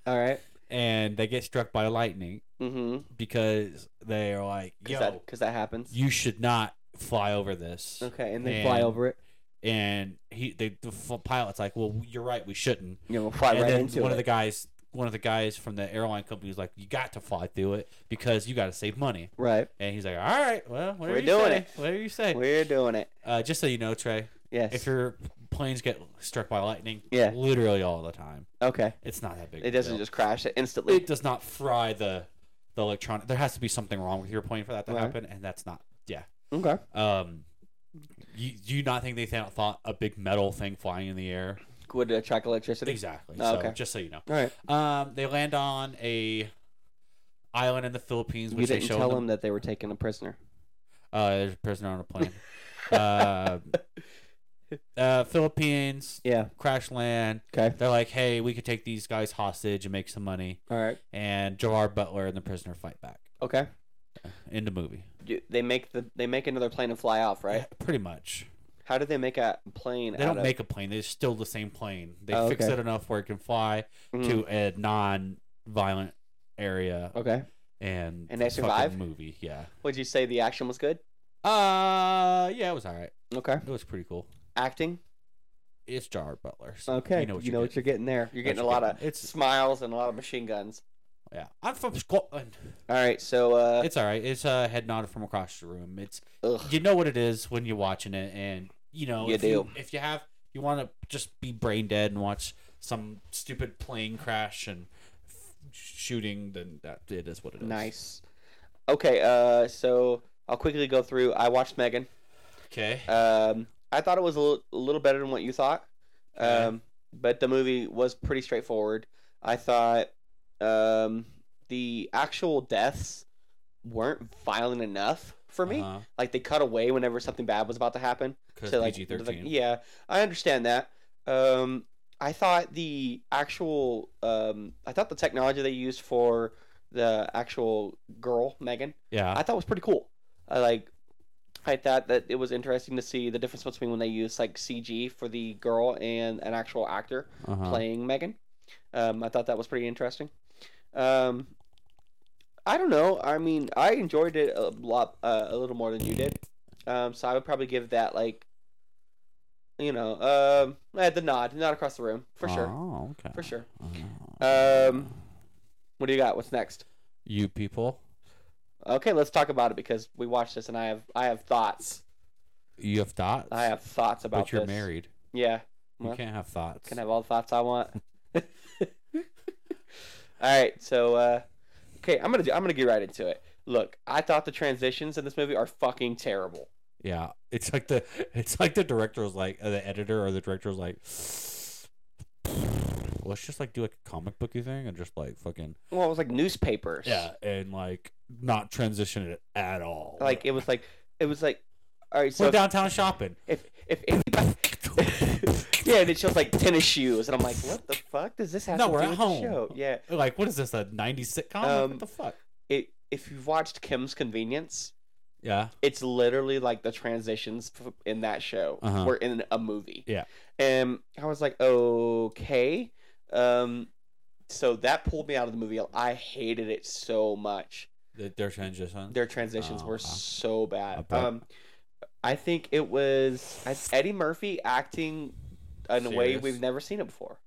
[SPEAKER 1] All right.
[SPEAKER 3] and they get struck by lightning
[SPEAKER 1] Mm-hmm.
[SPEAKER 3] because they are like,
[SPEAKER 1] Because
[SPEAKER 3] yo,
[SPEAKER 1] that, 'cause that happens.
[SPEAKER 3] you should not fly over this.
[SPEAKER 1] Okay, and they fly
[SPEAKER 3] And-
[SPEAKER 1] over it.
[SPEAKER 3] and he they, the f- pilot's like, "Well, you're right, we shouldn't."
[SPEAKER 1] You know, fly
[SPEAKER 3] and
[SPEAKER 1] right
[SPEAKER 3] then
[SPEAKER 1] into
[SPEAKER 3] one
[SPEAKER 1] it.
[SPEAKER 3] of the guys, one of the guys from the airline company was like, "You got to fly through it because you got to save money."
[SPEAKER 1] right.
[SPEAKER 3] And he's like, "All right, well, whatever
[SPEAKER 1] We're
[SPEAKER 3] you
[SPEAKER 1] doing
[SPEAKER 3] say,
[SPEAKER 1] it.
[SPEAKER 3] whatever you say."
[SPEAKER 1] We're doing it.
[SPEAKER 3] Uh, just so you know, Trey,
[SPEAKER 1] Yes.
[SPEAKER 3] if your planes get struck by lightning
[SPEAKER 1] Yeah.
[SPEAKER 3] literally all the time.
[SPEAKER 1] Okay.
[SPEAKER 3] It's not that big. of
[SPEAKER 1] It
[SPEAKER 3] a
[SPEAKER 1] doesn't
[SPEAKER 3] deal.
[SPEAKER 1] just crash it instantly.
[SPEAKER 3] It does not fry the the electronic. There has to be something wrong with your plane for that to
[SPEAKER 1] Right.
[SPEAKER 3] happen, and that's not. Yeah.
[SPEAKER 1] okay.
[SPEAKER 3] Um. You, do you not think they th- thought a big metal thing flying in the air?
[SPEAKER 1] Would attract electricity.
[SPEAKER 3] Exactly.
[SPEAKER 1] Oh,
[SPEAKER 3] so,
[SPEAKER 1] okay.
[SPEAKER 3] Just so you know.
[SPEAKER 1] All right.
[SPEAKER 3] Um, they land on a island in the Philippines,
[SPEAKER 1] You
[SPEAKER 3] which they
[SPEAKER 1] didn't
[SPEAKER 3] show
[SPEAKER 1] tell
[SPEAKER 3] them.
[SPEAKER 1] them that they were taking a prisoner.
[SPEAKER 3] Uh, there's a prisoner on a plane. uh, uh, Philippines
[SPEAKER 1] Yeah.
[SPEAKER 3] crash land.
[SPEAKER 1] Okay.
[SPEAKER 3] They're like, hey, we could take these guys hostage and make some money.
[SPEAKER 1] All right.
[SPEAKER 3] And Gerard Butler and the prisoner fight back.
[SPEAKER 1] Okay.
[SPEAKER 3] End of movie.
[SPEAKER 1] You, they make the they make another plane and fly off, right?
[SPEAKER 3] Yeah, Pretty much.
[SPEAKER 1] How did they make a plane?
[SPEAKER 3] They
[SPEAKER 1] out
[SPEAKER 3] don't
[SPEAKER 1] of,
[SPEAKER 3] make a plane. They're still the same plane. They
[SPEAKER 1] Oh,
[SPEAKER 3] fix
[SPEAKER 1] okay.
[SPEAKER 3] it enough where it can fly
[SPEAKER 1] Mm,
[SPEAKER 3] to a non-violent area.
[SPEAKER 1] Okay.
[SPEAKER 3] And
[SPEAKER 1] And they
[SPEAKER 3] the fucking
[SPEAKER 1] survive?
[SPEAKER 3] Movie, yeah.
[SPEAKER 1] Would you say the action was good?
[SPEAKER 3] Uh, yeah, it was all right.
[SPEAKER 1] Okay.
[SPEAKER 3] It was pretty cool.
[SPEAKER 1] Acting.
[SPEAKER 3] It's Gerard Butler. So
[SPEAKER 1] Okay.
[SPEAKER 3] You know what you're getting.
[SPEAKER 1] you're getting there. You're getting a lot of
[SPEAKER 3] it's
[SPEAKER 1] smiles and a lot of machine guns.
[SPEAKER 3] yeah. I'm from Scotland.
[SPEAKER 1] All right. So. uh
[SPEAKER 3] It's all right. It's uh, head nodded from across the room. It's
[SPEAKER 1] ugh.
[SPEAKER 3] you know what it is when you're watching it, and you know
[SPEAKER 1] You
[SPEAKER 3] if
[SPEAKER 1] do.
[SPEAKER 3] you if you have you want to just be brain dead and watch some stupid plane crash and f- shooting, then that it is what it is.
[SPEAKER 1] Nice. Okay, uh, so I'll quickly go through. I watched Megan.
[SPEAKER 3] Okay.
[SPEAKER 1] Um, I thought it was a little, a little better than what you thought,
[SPEAKER 3] Okay.
[SPEAKER 1] um, but the movie was pretty straightforward. I thought um, the actual deaths weren't violent enough for me.
[SPEAKER 3] Uh-huh.
[SPEAKER 1] Like they cut away whenever something bad was about to happen.
[SPEAKER 3] 'Cause
[SPEAKER 1] So, like,
[SPEAKER 3] PG-13.
[SPEAKER 1] like, yeah, I understand that. Um, I thought the actual, um, I thought the technology they used for the actual girl Megan,
[SPEAKER 3] yeah.
[SPEAKER 1] I thought was pretty cool. I like, I thought that it was interesting to see the difference between when they use like CG for the girl and an actual actor
[SPEAKER 3] uh-huh.
[SPEAKER 1] playing Megan. Um, I thought that was pretty interesting. Um, I don't know. I mean, I enjoyed it a lot, uh, a little more than you did. Um, so I would probably give that like, you know, um, I had the nod, not across the room for sure,
[SPEAKER 3] Oh, okay.
[SPEAKER 1] for sure.
[SPEAKER 3] Oh.
[SPEAKER 1] Um, What do you got? What's next?
[SPEAKER 3] you people,
[SPEAKER 1] Okay, let's talk about it because we watched this and I have I have thoughts.
[SPEAKER 3] you have thoughts.
[SPEAKER 1] I have thoughts about
[SPEAKER 3] But you're
[SPEAKER 1] this.
[SPEAKER 3] married.
[SPEAKER 1] Yeah,
[SPEAKER 3] You
[SPEAKER 1] Well,
[SPEAKER 3] can't have thoughts.
[SPEAKER 1] can have all the thoughts I want. all right, so uh, okay, I'm gonna do, I'm gonna get right into it. Look, I thought the transitions in this movie are fucking terrible.
[SPEAKER 3] Yeah, it's like the it's like the director was like uh, the editor or the director was like, let's just like do like a comic booky thing and just like fucking
[SPEAKER 1] Well, it was like newspapers.
[SPEAKER 3] yeah and like not transition it at all.
[SPEAKER 1] like it was like it was like all right.
[SPEAKER 3] we're
[SPEAKER 1] So
[SPEAKER 3] downtown shopping.
[SPEAKER 1] if if, if anybody, yeah, and it shows like tennis shoes, and I'm like, what the fuck does this have
[SPEAKER 3] No,
[SPEAKER 1] to
[SPEAKER 3] we're
[SPEAKER 1] do
[SPEAKER 3] at
[SPEAKER 1] with
[SPEAKER 3] home.
[SPEAKER 1] the show? Yeah,
[SPEAKER 3] Like what is this a '90s sitcom? Like,
[SPEAKER 1] Um,
[SPEAKER 3] what the fuck?
[SPEAKER 1] it if you've watched Kim's Convenience.
[SPEAKER 3] Yeah,
[SPEAKER 1] it's literally like the transitions f- in that show
[SPEAKER 3] Uh-huh.
[SPEAKER 1] were in a movie.
[SPEAKER 3] Yeah.
[SPEAKER 1] And I was like, okay. Um, so that pulled me out of the movie. I hated it so much.
[SPEAKER 3] the, their transition.
[SPEAKER 1] Their transitions were
[SPEAKER 3] Uh-huh.
[SPEAKER 1] so bad.
[SPEAKER 3] I bet.
[SPEAKER 1] um, I think it was I- Eddie Murphy acting in a way
[SPEAKER 3] Serious?
[SPEAKER 1] we've never seen it before,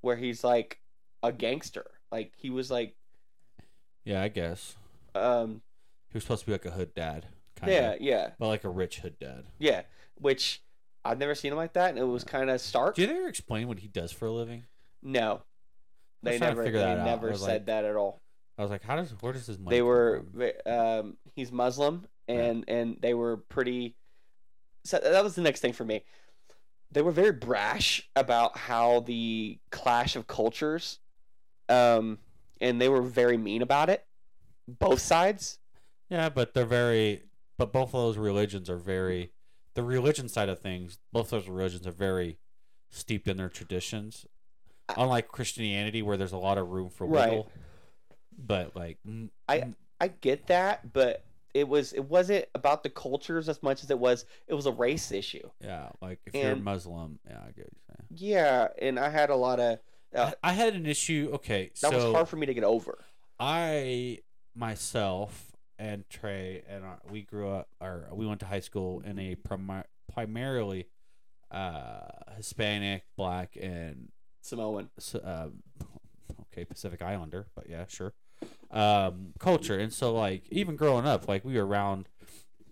[SPEAKER 1] where he's like a gangster. Like he was like,
[SPEAKER 3] yeah, I guess
[SPEAKER 1] um,
[SPEAKER 3] he was supposed to be like a hood dad, kind
[SPEAKER 1] yeah,
[SPEAKER 3] of,
[SPEAKER 1] yeah,
[SPEAKER 3] but like a rich hood dad.
[SPEAKER 1] yeah. Which I've never seen him like that, and it was kind of stark.
[SPEAKER 3] Do they ever explain what he does for a living?
[SPEAKER 1] No, they
[SPEAKER 3] was trying to
[SPEAKER 1] never. They
[SPEAKER 3] figure that out. I
[SPEAKER 1] never
[SPEAKER 3] was
[SPEAKER 1] said
[SPEAKER 3] like-
[SPEAKER 1] that at all.
[SPEAKER 3] I was like, how does where does his money?
[SPEAKER 1] They
[SPEAKER 3] come
[SPEAKER 1] were.
[SPEAKER 3] from?
[SPEAKER 1] ve- Um, he's Muslim, and and they were pretty. So that was the next thing for me. They were very brash about how the clash of cultures, um, and they were very mean about it. Both sides.
[SPEAKER 3] Yeah, but they're very. But both of those religions are very. The religion side of things, both those religions are very steeped in their traditions.
[SPEAKER 1] I-
[SPEAKER 3] Unlike Christianity, where there's a lot of room for
[SPEAKER 1] Right.
[SPEAKER 3] wiggle. But like, mm,
[SPEAKER 1] I get that, but it was it wasn't about the cultures as much as it was it was a race issue.
[SPEAKER 3] yeah, like if you're
[SPEAKER 1] And-
[SPEAKER 3] Muslim, yeah, I get what you're saying.
[SPEAKER 1] Yeah, and I had a lot of Uh,
[SPEAKER 3] I I had an issue. Okay,
[SPEAKER 1] that
[SPEAKER 3] so
[SPEAKER 1] was hard for me to get over.
[SPEAKER 3] I myself and Trey and our, we grew up or we went to high school in a primi- primarily uh, Hispanic, black, and
[SPEAKER 1] Samoan.
[SPEAKER 3] s- um, okay, Pacific Islander, but yeah, sure. Um, culture, and so like even growing up, like we were around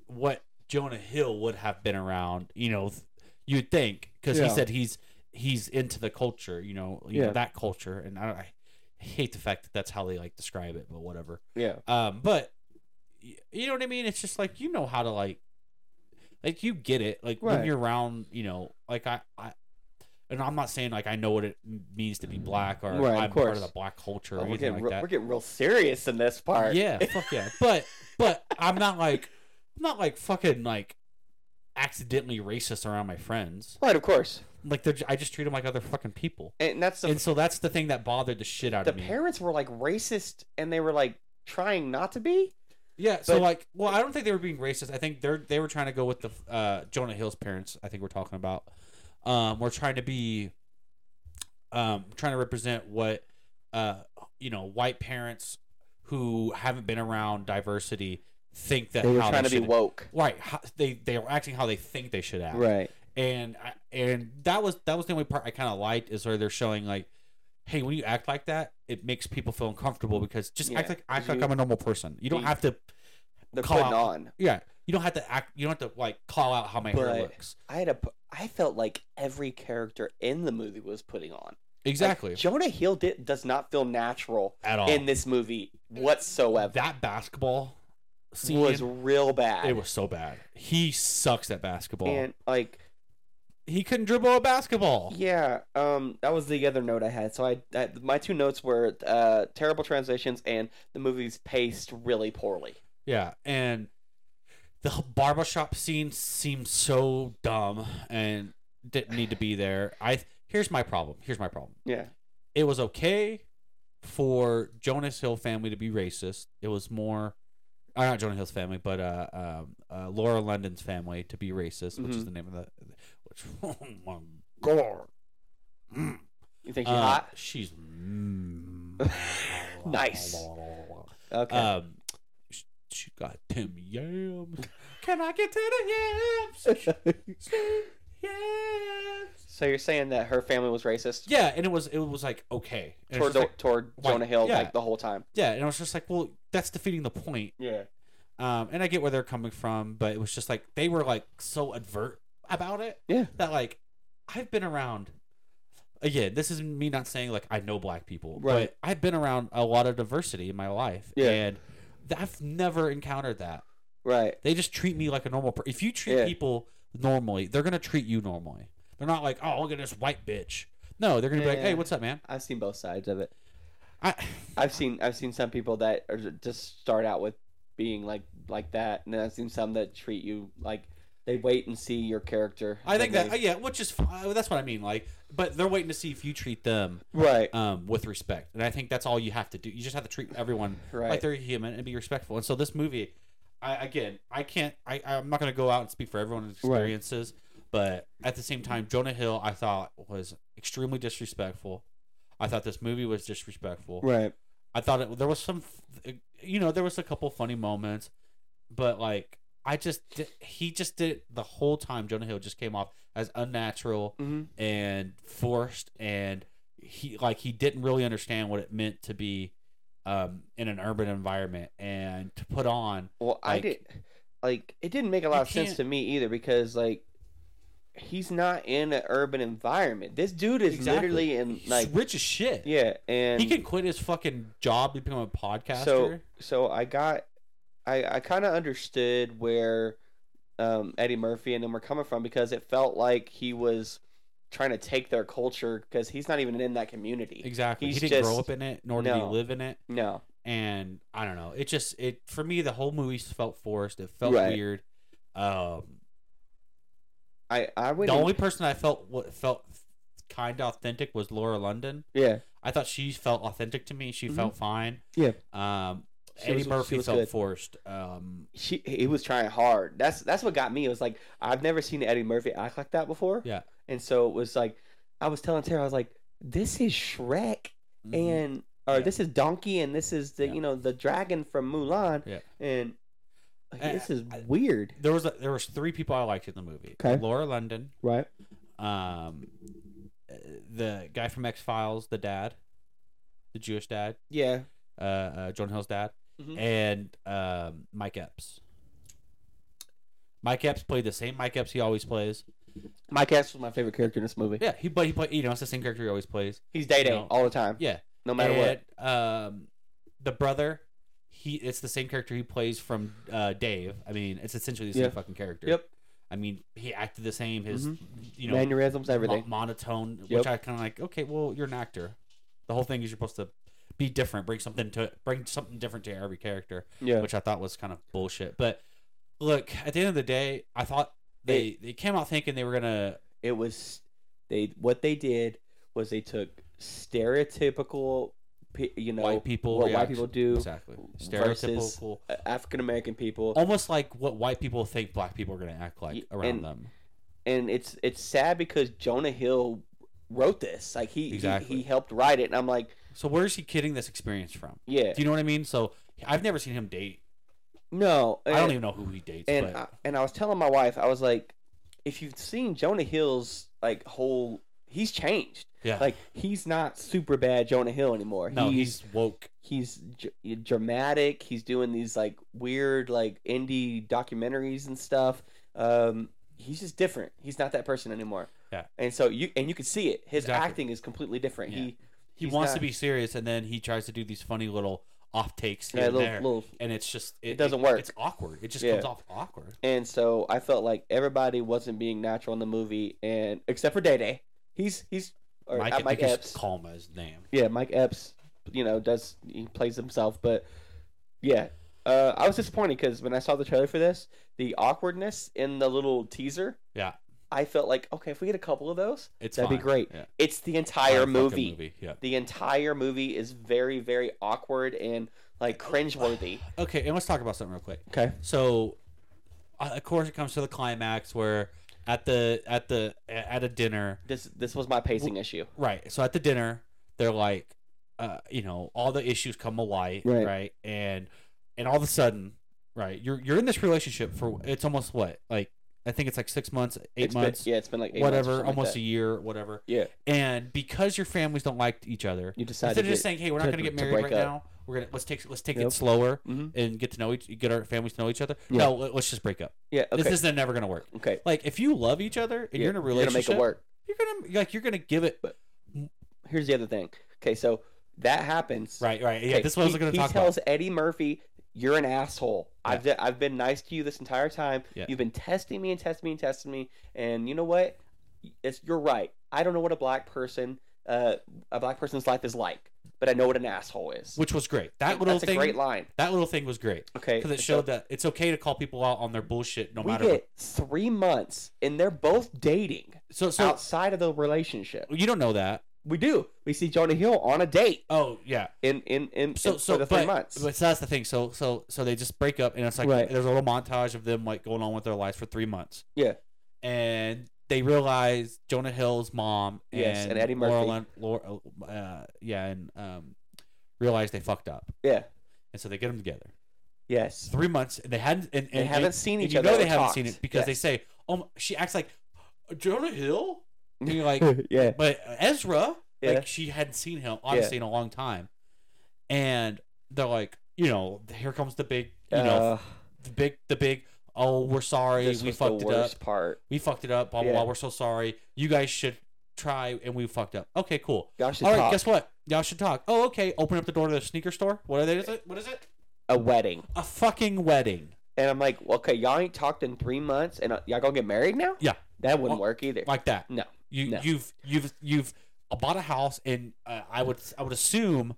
[SPEAKER 3] what Jonah Hill would have been around. You know, th- you'd think because
[SPEAKER 5] Yeah.
[SPEAKER 3] he said he's he's into the culture, you know, you
[SPEAKER 5] Yeah.
[SPEAKER 3] know that culture, and I, I hate the fact that that's how they like describe it, but whatever.
[SPEAKER 1] Yeah.
[SPEAKER 3] Um, but y- you know what I mean? It's just like you know how to like, like you get it. Like
[SPEAKER 5] Right.
[SPEAKER 3] when you're around, you know, like I, I, and I'm not saying like I know what it means to be black or
[SPEAKER 1] Right, of
[SPEAKER 3] I'm part
[SPEAKER 1] course.
[SPEAKER 3] of the black culture or
[SPEAKER 1] Oh, we're,
[SPEAKER 3] anything
[SPEAKER 1] getting
[SPEAKER 3] like
[SPEAKER 1] real,
[SPEAKER 3] that.
[SPEAKER 1] we're getting real serious in this part.
[SPEAKER 3] Yeah, fuck yeah. But but I'm not like I'm not like fucking like accidentally racist around my friends.
[SPEAKER 1] Right, of course.
[SPEAKER 3] Like they're ju- I just treat them like other fucking people.
[SPEAKER 1] And that's the
[SPEAKER 3] and so that's the thing that bothered the shit out
[SPEAKER 1] the
[SPEAKER 3] of me.
[SPEAKER 1] parents were like racist and they were like trying not to be.
[SPEAKER 3] yeah. So
[SPEAKER 1] but-
[SPEAKER 3] like, well, I don't think they were being racist. I think they're they were trying to go with the uh, Jonah Hill's parents. I think we're talking about. Um, we're trying to be, um, trying to represent what, uh, you know, white parents who haven't been around diversity think that
[SPEAKER 1] They were
[SPEAKER 3] how
[SPEAKER 1] trying to be
[SPEAKER 3] should-
[SPEAKER 1] woke.
[SPEAKER 3] right how, they they are acting how they think they should act
[SPEAKER 1] Right.
[SPEAKER 3] and I, and that was that was the only part i kind of liked is where they're showing like hey when you act like that it makes people feel uncomfortable because just act
[SPEAKER 1] Yeah,
[SPEAKER 3] like act
[SPEAKER 1] 'cause
[SPEAKER 3] like
[SPEAKER 1] you-
[SPEAKER 3] i'm a normal person you don't
[SPEAKER 1] you-
[SPEAKER 3] have to
[SPEAKER 1] They're
[SPEAKER 3] Call
[SPEAKER 1] putting
[SPEAKER 3] out.
[SPEAKER 1] on.
[SPEAKER 3] yeah you don't have to act you don't have to like call out how my
[SPEAKER 1] But-
[SPEAKER 3] hair looks
[SPEAKER 1] I had a. p- I felt like every character in the movie was putting on. Like,
[SPEAKER 3] exactly Oh.
[SPEAKER 1] Jonah Hill did, does not feel natural
[SPEAKER 3] at all
[SPEAKER 1] in this movie whatsoever.
[SPEAKER 3] that basketball scene
[SPEAKER 1] was real bad.
[SPEAKER 3] it was so bad he sucks at basketball
[SPEAKER 1] and like
[SPEAKER 3] he couldn't dribble a basketball
[SPEAKER 1] yeah, um, that was the other note I had. So I, I my two notes were uh, terrible translations and the movie's paced really poorly.
[SPEAKER 3] Yeah, and the h- barbershop scene seems so dumb and didn't need to be there. I here's my problem. Here's my problem.
[SPEAKER 1] Yeah,
[SPEAKER 3] It was okay for Jonas Hill family to be racist. It was more, uh, not Jonah Hill's family, but uh, um, uh, Laura London's family to be racist, which is
[SPEAKER 1] Mhm.
[SPEAKER 3] the name of the which. Oh my god. Mm.
[SPEAKER 1] you think she's
[SPEAKER 3] Uh,
[SPEAKER 1] hot?
[SPEAKER 3] she's mm.
[SPEAKER 1] Nice. Okay.
[SPEAKER 3] Um, sh- she got them yams. Can I get to the yams? yams.
[SPEAKER 1] so you're saying that her family was racist
[SPEAKER 3] Yeah, and it was it was like okay. And
[SPEAKER 1] toward
[SPEAKER 3] it's just
[SPEAKER 1] the,
[SPEAKER 3] like,
[SPEAKER 1] toward
[SPEAKER 3] why-
[SPEAKER 1] Jonah Hill
[SPEAKER 3] yeah.
[SPEAKER 1] like the whole time?
[SPEAKER 3] yeah, and I was just like, well, that's defeating the point.
[SPEAKER 1] Yeah.
[SPEAKER 3] Um, and I get where they're coming from, but it was just like they were like so advert about it.
[SPEAKER 1] Yeah.
[SPEAKER 3] That like I've been around. Again, this is me not saying like I know black people,
[SPEAKER 1] Right.
[SPEAKER 3] but I've been around a lot of diversity in my life,
[SPEAKER 1] Yeah.
[SPEAKER 3] and th- I've never encountered that.
[SPEAKER 1] Right.
[SPEAKER 3] They just treat me like a normal person. If you treat
[SPEAKER 1] Yeah.
[SPEAKER 3] people normally, they're gonna treat you normally. They're not like, oh, look at this white bitch. No, they're gonna be like, hey,
[SPEAKER 1] Yeah.
[SPEAKER 3] what's up, man?
[SPEAKER 1] I've seen both sides of it.
[SPEAKER 3] I,
[SPEAKER 1] I've seen I've seen some people that are ju- just start out with being like like that, and then I've seen some that treat you like they wait and see your character.
[SPEAKER 3] I think
[SPEAKER 1] then
[SPEAKER 3] that, yeah, which is fine. That's what I mean. Like, but they're waiting to see if you treat them
[SPEAKER 1] they- right,
[SPEAKER 3] um, with respect, and I think that's all you have to do. You just have to treat everyone
[SPEAKER 1] right,
[SPEAKER 3] like they're human and be respectful. And so this movie, I again, I can't, I, I'm not gonna go out and speak for everyone's
[SPEAKER 5] Right.
[SPEAKER 3] experiences, but at the same time, Jonah Hill, I thought was extremely disrespectful. I thought this movie was disrespectful.
[SPEAKER 5] Right.
[SPEAKER 3] I thought it, there was some, you know, there was a couple funny moments, but like I just di- he just did the whole time. Jonah Hill just came off as unnatural
[SPEAKER 1] Mhm.
[SPEAKER 3] and forced, and he like he didn't really understand what it meant to be um, in an urban environment and to put on.
[SPEAKER 1] Well, I
[SPEAKER 3] like-
[SPEAKER 1] did like it didn't make a lot
[SPEAKER 3] You
[SPEAKER 1] of sense
[SPEAKER 3] can't-
[SPEAKER 1] to me either because like he's not in an urban environment. This dude is literally in
[SPEAKER 3] He's
[SPEAKER 1] like
[SPEAKER 3] rich as shit.
[SPEAKER 1] yeah, and
[SPEAKER 3] he can quit his fucking job to become a podcaster.
[SPEAKER 1] so so I got I I kind of understood where um, Eddie Murphy and them were coming from because it felt like he was trying to take their culture because he's not even in that community.
[SPEAKER 3] exactly, he
[SPEAKER 1] he's
[SPEAKER 3] didn't grow
[SPEAKER 1] just-
[SPEAKER 3] up in it, nor did he
[SPEAKER 1] No.
[SPEAKER 3] live in it.
[SPEAKER 1] No,
[SPEAKER 3] and I don't know. It just it for me the whole movie felt forced. It felt
[SPEAKER 1] Right.
[SPEAKER 3] weird. Um,
[SPEAKER 1] I I
[SPEAKER 3] the
[SPEAKER 1] would
[SPEAKER 3] only person I felt what felt kind of authentic was Laura London.
[SPEAKER 1] yeah
[SPEAKER 3] I thought she felt authentic to me. She
[SPEAKER 1] Mm-hmm.
[SPEAKER 3] felt fine.
[SPEAKER 5] Yeah.
[SPEAKER 3] Um,
[SPEAKER 1] She
[SPEAKER 3] Eddie
[SPEAKER 1] was- she
[SPEAKER 3] Murphy
[SPEAKER 1] was
[SPEAKER 3] felt
[SPEAKER 1] good.
[SPEAKER 3] forced. Um,
[SPEAKER 1] she he was trying hard. That's that's what got me. It was like I've never seen Eddie Murphy act like that before.
[SPEAKER 3] Yeah.
[SPEAKER 1] and so it was like I was telling Tara I was like this is Shrek
[SPEAKER 3] mhm.
[SPEAKER 1] and or
[SPEAKER 3] Yeah.
[SPEAKER 1] this is Donkey and this is the
[SPEAKER 3] Yeah.
[SPEAKER 1] you know the dragon from Mulan
[SPEAKER 3] Yeah.
[SPEAKER 1] and like,
[SPEAKER 3] Uh,
[SPEAKER 1] this is
[SPEAKER 3] I-
[SPEAKER 1] weird.
[SPEAKER 3] there was a, there was three people I liked in the movie.
[SPEAKER 5] Okay.
[SPEAKER 3] Laura London,
[SPEAKER 5] Right.
[SPEAKER 3] um, uh, the guy from X Files, the dad, the Jewish dad,
[SPEAKER 1] Yeah,
[SPEAKER 3] uh, uh, John Hill's dad,
[SPEAKER 1] Mhm.
[SPEAKER 3] and um, Mike Epps. Mike Epps played the same Mike Epps he always plays.
[SPEAKER 1] Mike X was my favorite character in this movie.
[SPEAKER 3] Yeah, he but he play you know it's the same character he always plays.
[SPEAKER 1] He's Day Day
[SPEAKER 3] No.
[SPEAKER 1] all the time.
[SPEAKER 3] Yeah.
[SPEAKER 1] No matter what.
[SPEAKER 3] And, um, the brother, he it's the same character he plays from uh, Dave. I mean, it's essentially the same
[SPEAKER 1] Yeah.
[SPEAKER 3] fucking character.
[SPEAKER 1] Yep.
[SPEAKER 3] I mean, he acted the same. His you know
[SPEAKER 1] Mannerisms, Mm-hmm. everything.
[SPEAKER 3] mo- monotone,
[SPEAKER 1] Yep.
[SPEAKER 3] which I kind of like. Okay, well, you're an actor. The whole thing is you're supposed to be different, bring something to bring something different to every character,
[SPEAKER 1] yeah.
[SPEAKER 3] which I thought was kind of bullshit. But look, at the end of the day, I thought they they came out thinking they were gonna
[SPEAKER 1] It was they what they did was they took stereotypical pe- you know
[SPEAKER 3] white people
[SPEAKER 1] what white
[SPEAKER 3] reaction-
[SPEAKER 1] people do
[SPEAKER 3] exactly
[SPEAKER 1] versus-
[SPEAKER 3] stereotypical.
[SPEAKER 1] African American people
[SPEAKER 3] almost like what white people think black people are going to act like
[SPEAKER 1] Y-
[SPEAKER 3] around
[SPEAKER 1] and-
[SPEAKER 3] them.
[SPEAKER 1] and it's it's sad because Jonah Hill wrote this like he he-
[SPEAKER 3] Exactly.
[SPEAKER 1] he, helped write it and I'm like
[SPEAKER 3] So where is he getting this experience from?
[SPEAKER 1] yeah
[SPEAKER 3] Do you know what I mean? So I've never seen him date.
[SPEAKER 1] no
[SPEAKER 3] I don't
[SPEAKER 1] and-
[SPEAKER 3] even know who he dates.
[SPEAKER 1] and
[SPEAKER 3] but
[SPEAKER 1] I, and I was telling my wife, I was like, if you've seen Jonah Hill's like whole, he's changed.
[SPEAKER 3] yeah,
[SPEAKER 1] Like he's not super bad Jonah Hill anymore.
[SPEAKER 3] no,
[SPEAKER 1] he's
[SPEAKER 3] he's, woke.
[SPEAKER 1] he's j- dramatic. He's doing these like weird like indie documentaries and stuff. Um, he's just different. He's not that person anymore.
[SPEAKER 3] Yeah.
[SPEAKER 1] And so you and you can see it. His
[SPEAKER 3] Exactly.
[SPEAKER 1] acting is completely different.
[SPEAKER 3] Yeah.
[SPEAKER 1] He
[SPEAKER 3] He
[SPEAKER 1] he's
[SPEAKER 3] wants
[SPEAKER 1] not-
[SPEAKER 3] to be serious, and then he tries to do these funny little off takes here
[SPEAKER 1] yeah,
[SPEAKER 3] and
[SPEAKER 1] little,
[SPEAKER 3] there,
[SPEAKER 1] little
[SPEAKER 3] and it's just it,
[SPEAKER 1] doesn't work.
[SPEAKER 3] It's awkward. It just
[SPEAKER 1] Yeah.
[SPEAKER 3] comes off awkward.
[SPEAKER 1] And so I felt like everybody wasn't being natural in the movie, and except for Day Day, he's he's or
[SPEAKER 3] Mike,
[SPEAKER 1] Mike,
[SPEAKER 3] I
[SPEAKER 1] Mike
[SPEAKER 3] think
[SPEAKER 1] Epps.
[SPEAKER 3] it's calm as name.
[SPEAKER 1] Yeah, Mike Epps. You know, does he plays himself? But yeah, uh, I was disappointed because when I saw the trailer for this, the awkwardness in the little teaser.
[SPEAKER 3] Yeah.
[SPEAKER 1] I felt like okay, if we get a couple of those,
[SPEAKER 3] It's
[SPEAKER 1] That'd be
[SPEAKER 3] fine.
[SPEAKER 1] great.
[SPEAKER 3] Yeah.
[SPEAKER 1] it's the
[SPEAKER 3] Fine
[SPEAKER 1] entire
[SPEAKER 3] fucking
[SPEAKER 1] movie.
[SPEAKER 3] Yeah.
[SPEAKER 1] The entire movie is very very awkward and like cringeworthy.
[SPEAKER 3] Okay, and let's talk about something real quick.
[SPEAKER 1] okay.
[SPEAKER 3] So, uh, of course, it comes to the climax where at the at the at a dinner,
[SPEAKER 1] This this was my pacing issue.
[SPEAKER 3] right? So at the dinner, they're like, uh, you know, all the issues come to light,
[SPEAKER 1] Right.
[SPEAKER 3] right? And and all of a sudden, right? You're you're in this relationship for it's almost what like I think it's like six months, eight
[SPEAKER 1] It's been-
[SPEAKER 3] months,
[SPEAKER 1] yeah, it's been like eight months or
[SPEAKER 3] whatever,
[SPEAKER 1] something like
[SPEAKER 3] almost
[SPEAKER 1] that.
[SPEAKER 3] a year, whatever.
[SPEAKER 1] yeah.
[SPEAKER 3] And because your families don't like each other,
[SPEAKER 1] You decided
[SPEAKER 3] instead of
[SPEAKER 1] to
[SPEAKER 3] just saying, "Hey, we're not
[SPEAKER 1] to-
[SPEAKER 3] going to get
[SPEAKER 1] to
[SPEAKER 3] married
[SPEAKER 1] break
[SPEAKER 3] right
[SPEAKER 1] up.
[SPEAKER 3] now. We're gonna let's take let's take
[SPEAKER 1] Yep.
[SPEAKER 3] it slower
[SPEAKER 1] hmm
[SPEAKER 3] and get to know each get our families to know each other."
[SPEAKER 1] Yeah.
[SPEAKER 3] No, let- let's just break up.
[SPEAKER 1] Yeah. Okay.
[SPEAKER 3] This is never going to work.
[SPEAKER 1] okay.
[SPEAKER 3] Like if you love each other and
[SPEAKER 1] Yeah,
[SPEAKER 3] you're in a
[SPEAKER 1] You're gonna
[SPEAKER 3] relationship,
[SPEAKER 1] make it work.
[SPEAKER 3] you're gonna like you're gonna give it
[SPEAKER 1] Here's the other thing. Okay, so that happens.
[SPEAKER 3] right, right. Yeah,
[SPEAKER 1] Okay,
[SPEAKER 3] this is what I was
[SPEAKER 1] he-
[SPEAKER 3] going to
[SPEAKER 1] He
[SPEAKER 3] talk about.
[SPEAKER 1] tells Eddie Murphy, "You're an asshole. I've d- I've been nice to you this entire time.
[SPEAKER 3] Yeah.
[SPEAKER 1] You've been testing me and testing me and testing me. And you know what? It's you're right. I don't know what a black person, uh, a black person's life is like, but I know what an asshole is.
[SPEAKER 3] which was great. That
[SPEAKER 1] And
[SPEAKER 3] little
[SPEAKER 1] That's
[SPEAKER 3] thing,
[SPEAKER 1] a great line.
[SPEAKER 3] that little thing was great
[SPEAKER 1] Okay,
[SPEAKER 3] because it
[SPEAKER 1] so
[SPEAKER 3] showed that it's okay to call people out on their bullshit, no
[SPEAKER 1] we
[SPEAKER 3] matter.
[SPEAKER 1] get three months, and they're both dating
[SPEAKER 3] what. So, so
[SPEAKER 1] outside of the relationship.
[SPEAKER 3] you don't know that.
[SPEAKER 1] We do. We see Jonah Hill on a date
[SPEAKER 3] Oh yeah.
[SPEAKER 1] in in in,
[SPEAKER 3] So
[SPEAKER 1] in-
[SPEAKER 3] so
[SPEAKER 1] for the
[SPEAKER 3] but,
[SPEAKER 1] three months.
[SPEAKER 3] but so that's the thing. So so so they just break up and it's like
[SPEAKER 1] Right.
[SPEAKER 3] there's a little montage of them like going on with their lives for three months.
[SPEAKER 1] Yeah.
[SPEAKER 3] And they realize Jonah Hill's mom and,
[SPEAKER 1] Yes, and Eddie Murphy.
[SPEAKER 3] Laurel and Laura, uh, yeah, and um, realize they fucked up,
[SPEAKER 1] yeah.
[SPEAKER 3] and so they get them together.
[SPEAKER 1] Yes.
[SPEAKER 3] three months and they hadn't and, and
[SPEAKER 1] They haven't seen
[SPEAKER 3] and
[SPEAKER 1] each
[SPEAKER 3] you
[SPEAKER 1] other
[SPEAKER 3] know they
[SPEAKER 1] or
[SPEAKER 3] haven't
[SPEAKER 1] talked.
[SPEAKER 3] seen it because
[SPEAKER 1] Yeah.
[SPEAKER 3] they say oh my- she acts like jonah hill and you're like
[SPEAKER 1] yeah.
[SPEAKER 3] but ezra
[SPEAKER 1] Yeah.
[SPEAKER 3] like she hadn't seen him obviously in a long time and they're like you know here comes the big you know
[SPEAKER 1] Uh,
[SPEAKER 3] the big the big oh we're sorry
[SPEAKER 1] this
[SPEAKER 3] we
[SPEAKER 1] was
[SPEAKER 3] fucked
[SPEAKER 1] the
[SPEAKER 3] it
[SPEAKER 1] worst
[SPEAKER 3] up
[SPEAKER 1] part.
[SPEAKER 3] we fucked it up blah blah
[SPEAKER 1] Yeah.
[SPEAKER 3] blah we're so sorry you guys should try and we fucked up okay cool
[SPEAKER 1] Y'all should
[SPEAKER 3] all right
[SPEAKER 1] talk.
[SPEAKER 3] guess what y'all should talk oh okay open up the door to the sneaker store what are they is it what is it
[SPEAKER 1] a wedding.
[SPEAKER 3] a fucking wedding
[SPEAKER 1] And I'm like, well, okay, y'all ain't talked in three months, and uh, y'all gonna get married now?
[SPEAKER 3] Yeah.
[SPEAKER 1] that wouldn't
[SPEAKER 3] Well,
[SPEAKER 1] work either.
[SPEAKER 3] like that.
[SPEAKER 1] No,
[SPEAKER 3] You
[SPEAKER 1] no.
[SPEAKER 3] you've you've you've bought a house and uh, I would I would assume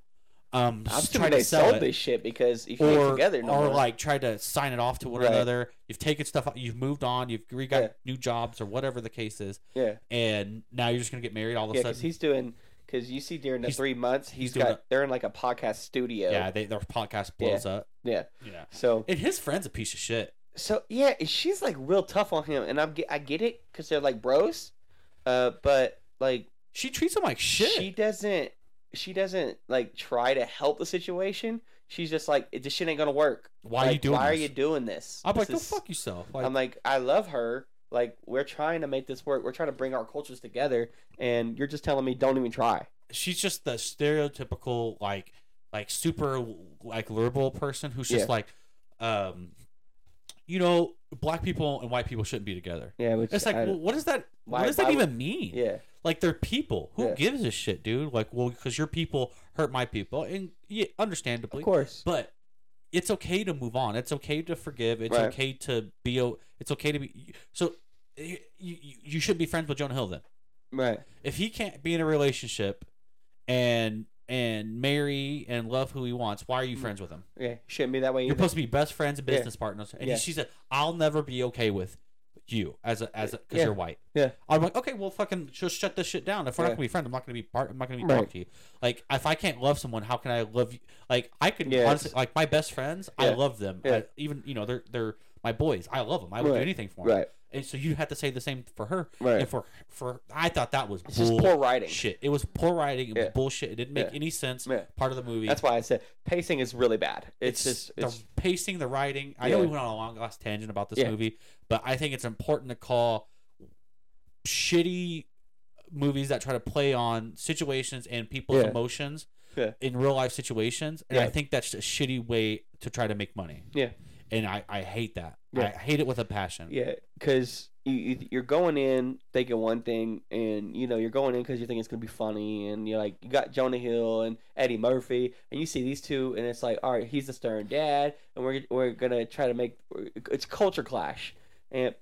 [SPEAKER 3] um
[SPEAKER 1] I'm
[SPEAKER 3] s-
[SPEAKER 1] assuming
[SPEAKER 3] tried
[SPEAKER 1] they
[SPEAKER 3] to sell
[SPEAKER 1] sold
[SPEAKER 3] it
[SPEAKER 1] this shit because if you ain't
[SPEAKER 3] or
[SPEAKER 1] together, no
[SPEAKER 3] or
[SPEAKER 1] more.
[SPEAKER 3] like try to sign it off to one
[SPEAKER 1] Right.
[SPEAKER 3] another. You've taken stuff out, you've moved on, you've you got
[SPEAKER 1] Yeah.
[SPEAKER 3] new jobs or whatever the case is
[SPEAKER 1] yeah,
[SPEAKER 3] and now you're just going to get married all of
[SPEAKER 1] yeah,
[SPEAKER 3] a
[SPEAKER 1] because
[SPEAKER 3] sudden.
[SPEAKER 1] he's doing. Because you see, during the
[SPEAKER 3] He's-
[SPEAKER 1] three months, he's
[SPEAKER 3] he's doing
[SPEAKER 1] got they're in like a podcast studio.
[SPEAKER 3] Yeah, they, their podcast blows up.
[SPEAKER 1] yeah.
[SPEAKER 3] Yeah.
[SPEAKER 1] So,
[SPEAKER 3] And his friend's a piece of shit.
[SPEAKER 1] so yeah, and she's like real tough on him, and I'm ge- I get it because they're like bros, uh, but like
[SPEAKER 3] She treats him like shit.
[SPEAKER 1] she doesn't she doesn't like try to help the situation. She's just like this shit ain't gonna work.
[SPEAKER 3] why are you
[SPEAKER 1] Like,
[SPEAKER 3] doing
[SPEAKER 1] why
[SPEAKER 3] this?
[SPEAKER 1] are you doing this?
[SPEAKER 3] I'm like,
[SPEAKER 1] This
[SPEAKER 3] go
[SPEAKER 1] is-
[SPEAKER 3] fuck yourself. Like,
[SPEAKER 1] I'm like, I love her. Like, we're trying to make this work. We're trying to bring our cultures together, and you're just telling me don't even try.
[SPEAKER 3] she's just the stereotypical like like super like liberal person who's just
[SPEAKER 1] Yeah.
[SPEAKER 3] like um you know black people and white people shouldn't be together.
[SPEAKER 1] Yeah, which
[SPEAKER 3] It's like,
[SPEAKER 1] I-
[SPEAKER 3] well, what does that?
[SPEAKER 1] Why-
[SPEAKER 3] what does that
[SPEAKER 1] why would-
[SPEAKER 3] even mean?
[SPEAKER 1] yeah,
[SPEAKER 3] Like they're people. Who
[SPEAKER 1] Yeah.
[SPEAKER 3] gives a shit, dude? Like, well, because your people hurt my people, and yeah, understandably,
[SPEAKER 1] of course.
[SPEAKER 3] but it's okay to move on. It's okay to forgive. It's
[SPEAKER 1] Right.
[SPEAKER 3] okay to be. o- It's okay to be. So you, you you should be friends with Jonah Hill then.
[SPEAKER 1] Right.
[SPEAKER 3] If he can't be in a relationship and and marry and love who he wants, why are you friends with him?
[SPEAKER 1] Yeah, shouldn't be that way.
[SPEAKER 3] You're
[SPEAKER 1] Either.
[SPEAKER 3] supposed to be best friends and
[SPEAKER 1] Mm. Yeah.
[SPEAKER 3] business partners. And
[SPEAKER 1] Yeah.
[SPEAKER 3] she said, "I'll never be okay with you as a as because
[SPEAKER 1] Yeah.
[SPEAKER 3] you're white."
[SPEAKER 1] Yeah.
[SPEAKER 3] I'm like, okay, well, fucking, just shut this shit down. If we're
[SPEAKER 1] Yeah.
[SPEAKER 3] not gonna be friends, I'm not gonna be part. I'm not gonna be
[SPEAKER 1] Right.
[SPEAKER 3] talking to you. Like, if I can't love someone, how can I love you? Like, I could
[SPEAKER 1] Yes.
[SPEAKER 3] honestly, like, my best friends, I
[SPEAKER 1] Yeah.
[SPEAKER 3] love them.
[SPEAKER 1] Yeah.
[SPEAKER 3] I, even you know, they're they're my boys. I love them. I would
[SPEAKER 1] Right.
[SPEAKER 3] do anything for them.
[SPEAKER 1] right.
[SPEAKER 3] And so you have to say the same for her.
[SPEAKER 1] Right.
[SPEAKER 3] And for for I thought that was
[SPEAKER 1] It's just poor writing.
[SPEAKER 3] shit. It was poor writing. It
[SPEAKER 1] Yeah.
[SPEAKER 3] was bullshit. It didn't make
[SPEAKER 1] Yeah.
[SPEAKER 3] any sense.
[SPEAKER 1] Yeah.
[SPEAKER 3] Part of the movie.
[SPEAKER 1] That's why I said pacing is really bad. It's, just
[SPEAKER 3] the
[SPEAKER 1] it's
[SPEAKER 3] pacing, the writing. I know
[SPEAKER 1] Yeah.
[SPEAKER 3] we went on a long last tangent about this
[SPEAKER 1] Yeah.
[SPEAKER 3] movie, but I think it's important to call shitty movies that try to play on situations and people's
[SPEAKER 1] Yeah.
[SPEAKER 3] emotions
[SPEAKER 1] Yeah.
[SPEAKER 3] in real life situations. And I
[SPEAKER 1] Yeah.
[SPEAKER 3] think that's a shitty way to try to make money.
[SPEAKER 1] Yeah.
[SPEAKER 3] And I, I hate that. I
[SPEAKER 1] Yeah.
[SPEAKER 3] hate it with a passion.
[SPEAKER 1] Yeah, because you, you- you're going in thinking one thing, and you know you're going in because you think it's gonna be funny, and you're like you got Jonah Hill and Eddie Murphy, and you see these two, and it's like, all right, he's the stern dad, and we're we're gonna try to make it's culture clash, and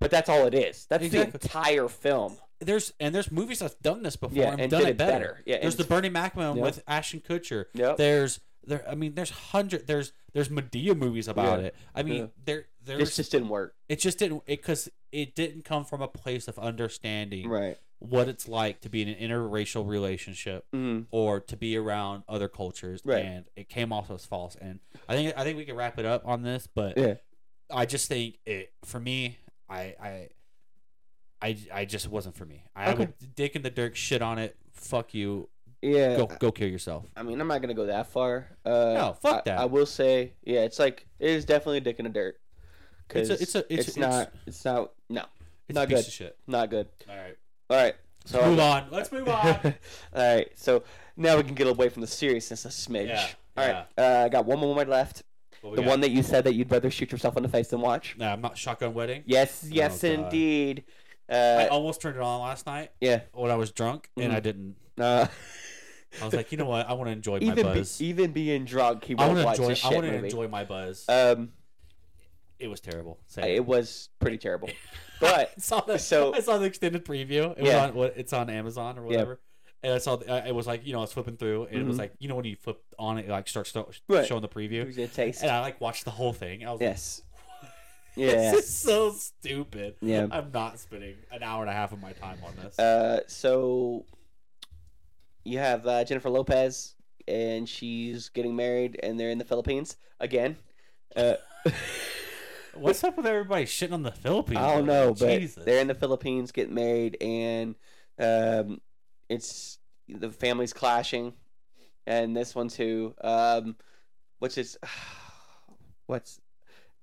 [SPEAKER 1] but that's all it is. That's
[SPEAKER 3] Exactly.
[SPEAKER 1] the entire film.
[SPEAKER 3] There's and there's movies that's done this before
[SPEAKER 1] Yeah,
[SPEAKER 3] and,
[SPEAKER 1] and
[SPEAKER 3] done
[SPEAKER 1] did
[SPEAKER 3] it
[SPEAKER 1] it
[SPEAKER 3] better.
[SPEAKER 1] better. Yeah,
[SPEAKER 3] there's
[SPEAKER 1] and-
[SPEAKER 3] the Bernie Mac one
[SPEAKER 1] Yeah.
[SPEAKER 3] with Ashton Kutcher.
[SPEAKER 1] Yep.
[SPEAKER 3] There's there I mean there's hundred there's there's Medea movies about
[SPEAKER 1] Yeah.
[SPEAKER 3] it. I mean
[SPEAKER 1] Yeah.
[SPEAKER 3] there there's
[SPEAKER 1] This just didn't work.
[SPEAKER 3] it just didn't it because it didn't come from a place of understanding
[SPEAKER 1] Right.
[SPEAKER 3] what it's like to be in an interracial relationship
[SPEAKER 1] hmm
[SPEAKER 3] or to be around other cultures
[SPEAKER 1] Right.
[SPEAKER 3] and it came off as false and i think i think we can wrap it up on this but
[SPEAKER 1] Yeah.
[SPEAKER 3] i just think it for me i i i, I just wasn't for me i
[SPEAKER 1] Okay.
[SPEAKER 3] would dick in the dirt shit on it fuck you
[SPEAKER 1] Yeah.
[SPEAKER 3] go go kill yourself
[SPEAKER 1] I mean, I'm not gonna go that far. Uh,
[SPEAKER 3] No, fuck
[SPEAKER 1] I-
[SPEAKER 3] that.
[SPEAKER 1] I will say, yeah, it's like it is definitely a dick in the dirt.
[SPEAKER 3] It's a-
[SPEAKER 1] 'Cause
[SPEAKER 3] it's a- it's- it's-
[SPEAKER 1] not it's not no
[SPEAKER 3] it's
[SPEAKER 1] Not
[SPEAKER 3] a piece
[SPEAKER 1] good.
[SPEAKER 3] of shit
[SPEAKER 1] not good.
[SPEAKER 3] all right
[SPEAKER 1] All right, so
[SPEAKER 3] move on let's move on
[SPEAKER 1] all right, so now we can get away from the seriousness a smidge.
[SPEAKER 3] Yeah, Oh,
[SPEAKER 1] All right, uh, I got one more left.
[SPEAKER 3] What we
[SPEAKER 1] The
[SPEAKER 3] got?
[SPEAKER 1] one that you said that you'd rather shoot yourself in the face than watch.
[SPEAKER 3] Nah, i'm not shotgun wedding
[SPEAKER 1] Yes, yes,
[SPEAKER 3] Oh, God.
[SPEAKER 1] indeed.
[SPEAKER 3] i
[SPEAKER 1] Uh,
[SPEAKER 3] almost turned it on last night
[SPEAKER 1] yeah.
[SPEAKER 3] when I was drunk and
[SPEAKER 1] Mhm.
[SPEAKER 3] I didn't.
[SPEAKER 1] Uh,
[SPEAKER 3] I was like, you know what? I want to enjoy my
[SPEAKER 1] even be,
[SPEAKER 3] buzz.
[SPEAKER 1] even being drunk, he
[SPEAKER 3] I
[SPEAKER 1] won't
[SPEAKER 3] want to
[SPEAKER 1] watch this
[SPEAKER 3] enjoy.
[SPEAKER 1] shit
[SPEAKER 3] I want to
[SPEAKER 1] movie.
[SPEAKER 3] enjoy my buzz.
[SPEAKER 1] um,
[SPEAKER 3] it was terrible. Say it.
[SPEAKER 1] it was pretty terrible, but
[SPEAKER 3] I saw the,
[SPEAKER 1] so-
[SPEAKER 3] I saw the extended preview.
[SPEAKER 1] Yeah.
[SPEAKER 3] It was on. what- It's on Amazon or
[SPEAKER 1] Yeah.
[SPEAKER 3] whatever. And I saw. The, I- it was like you know, I was flipping through, and it was
[SPEAKER 1] Mhm.
[SPEAKER 3] like you know when you flip on it, it like starts to-
[SPEAKER 1] Right.
[SPEAKER 3] showing the preview.
[SPEAKER 1] Who's gonna taste?
[SPEAKER 3] And I like watched the whole thing. I was like,
[SPEAKER 1] Yes. Yeah.
[SPEAKER 3] this is so stupid.
[SPEAKER 1] Yeah.
[SPEAKER 3] I'm not spending an hour and a half of my time on this.
[SPEAKER 1] Uh, so you have uh, Jennifer Lopez, and she's getting married, and they're in the Philippines again. Uh,
[SPEAKER 3] What's up with everybody shitting on the Philippines?
[SPEAKER 1] I don't know, but
[SPEAKER 3] Jesus.
[SPEAKER 1] they're in the Philippines getting married, and um, it's the families clashing, and this one too. Um, which is what's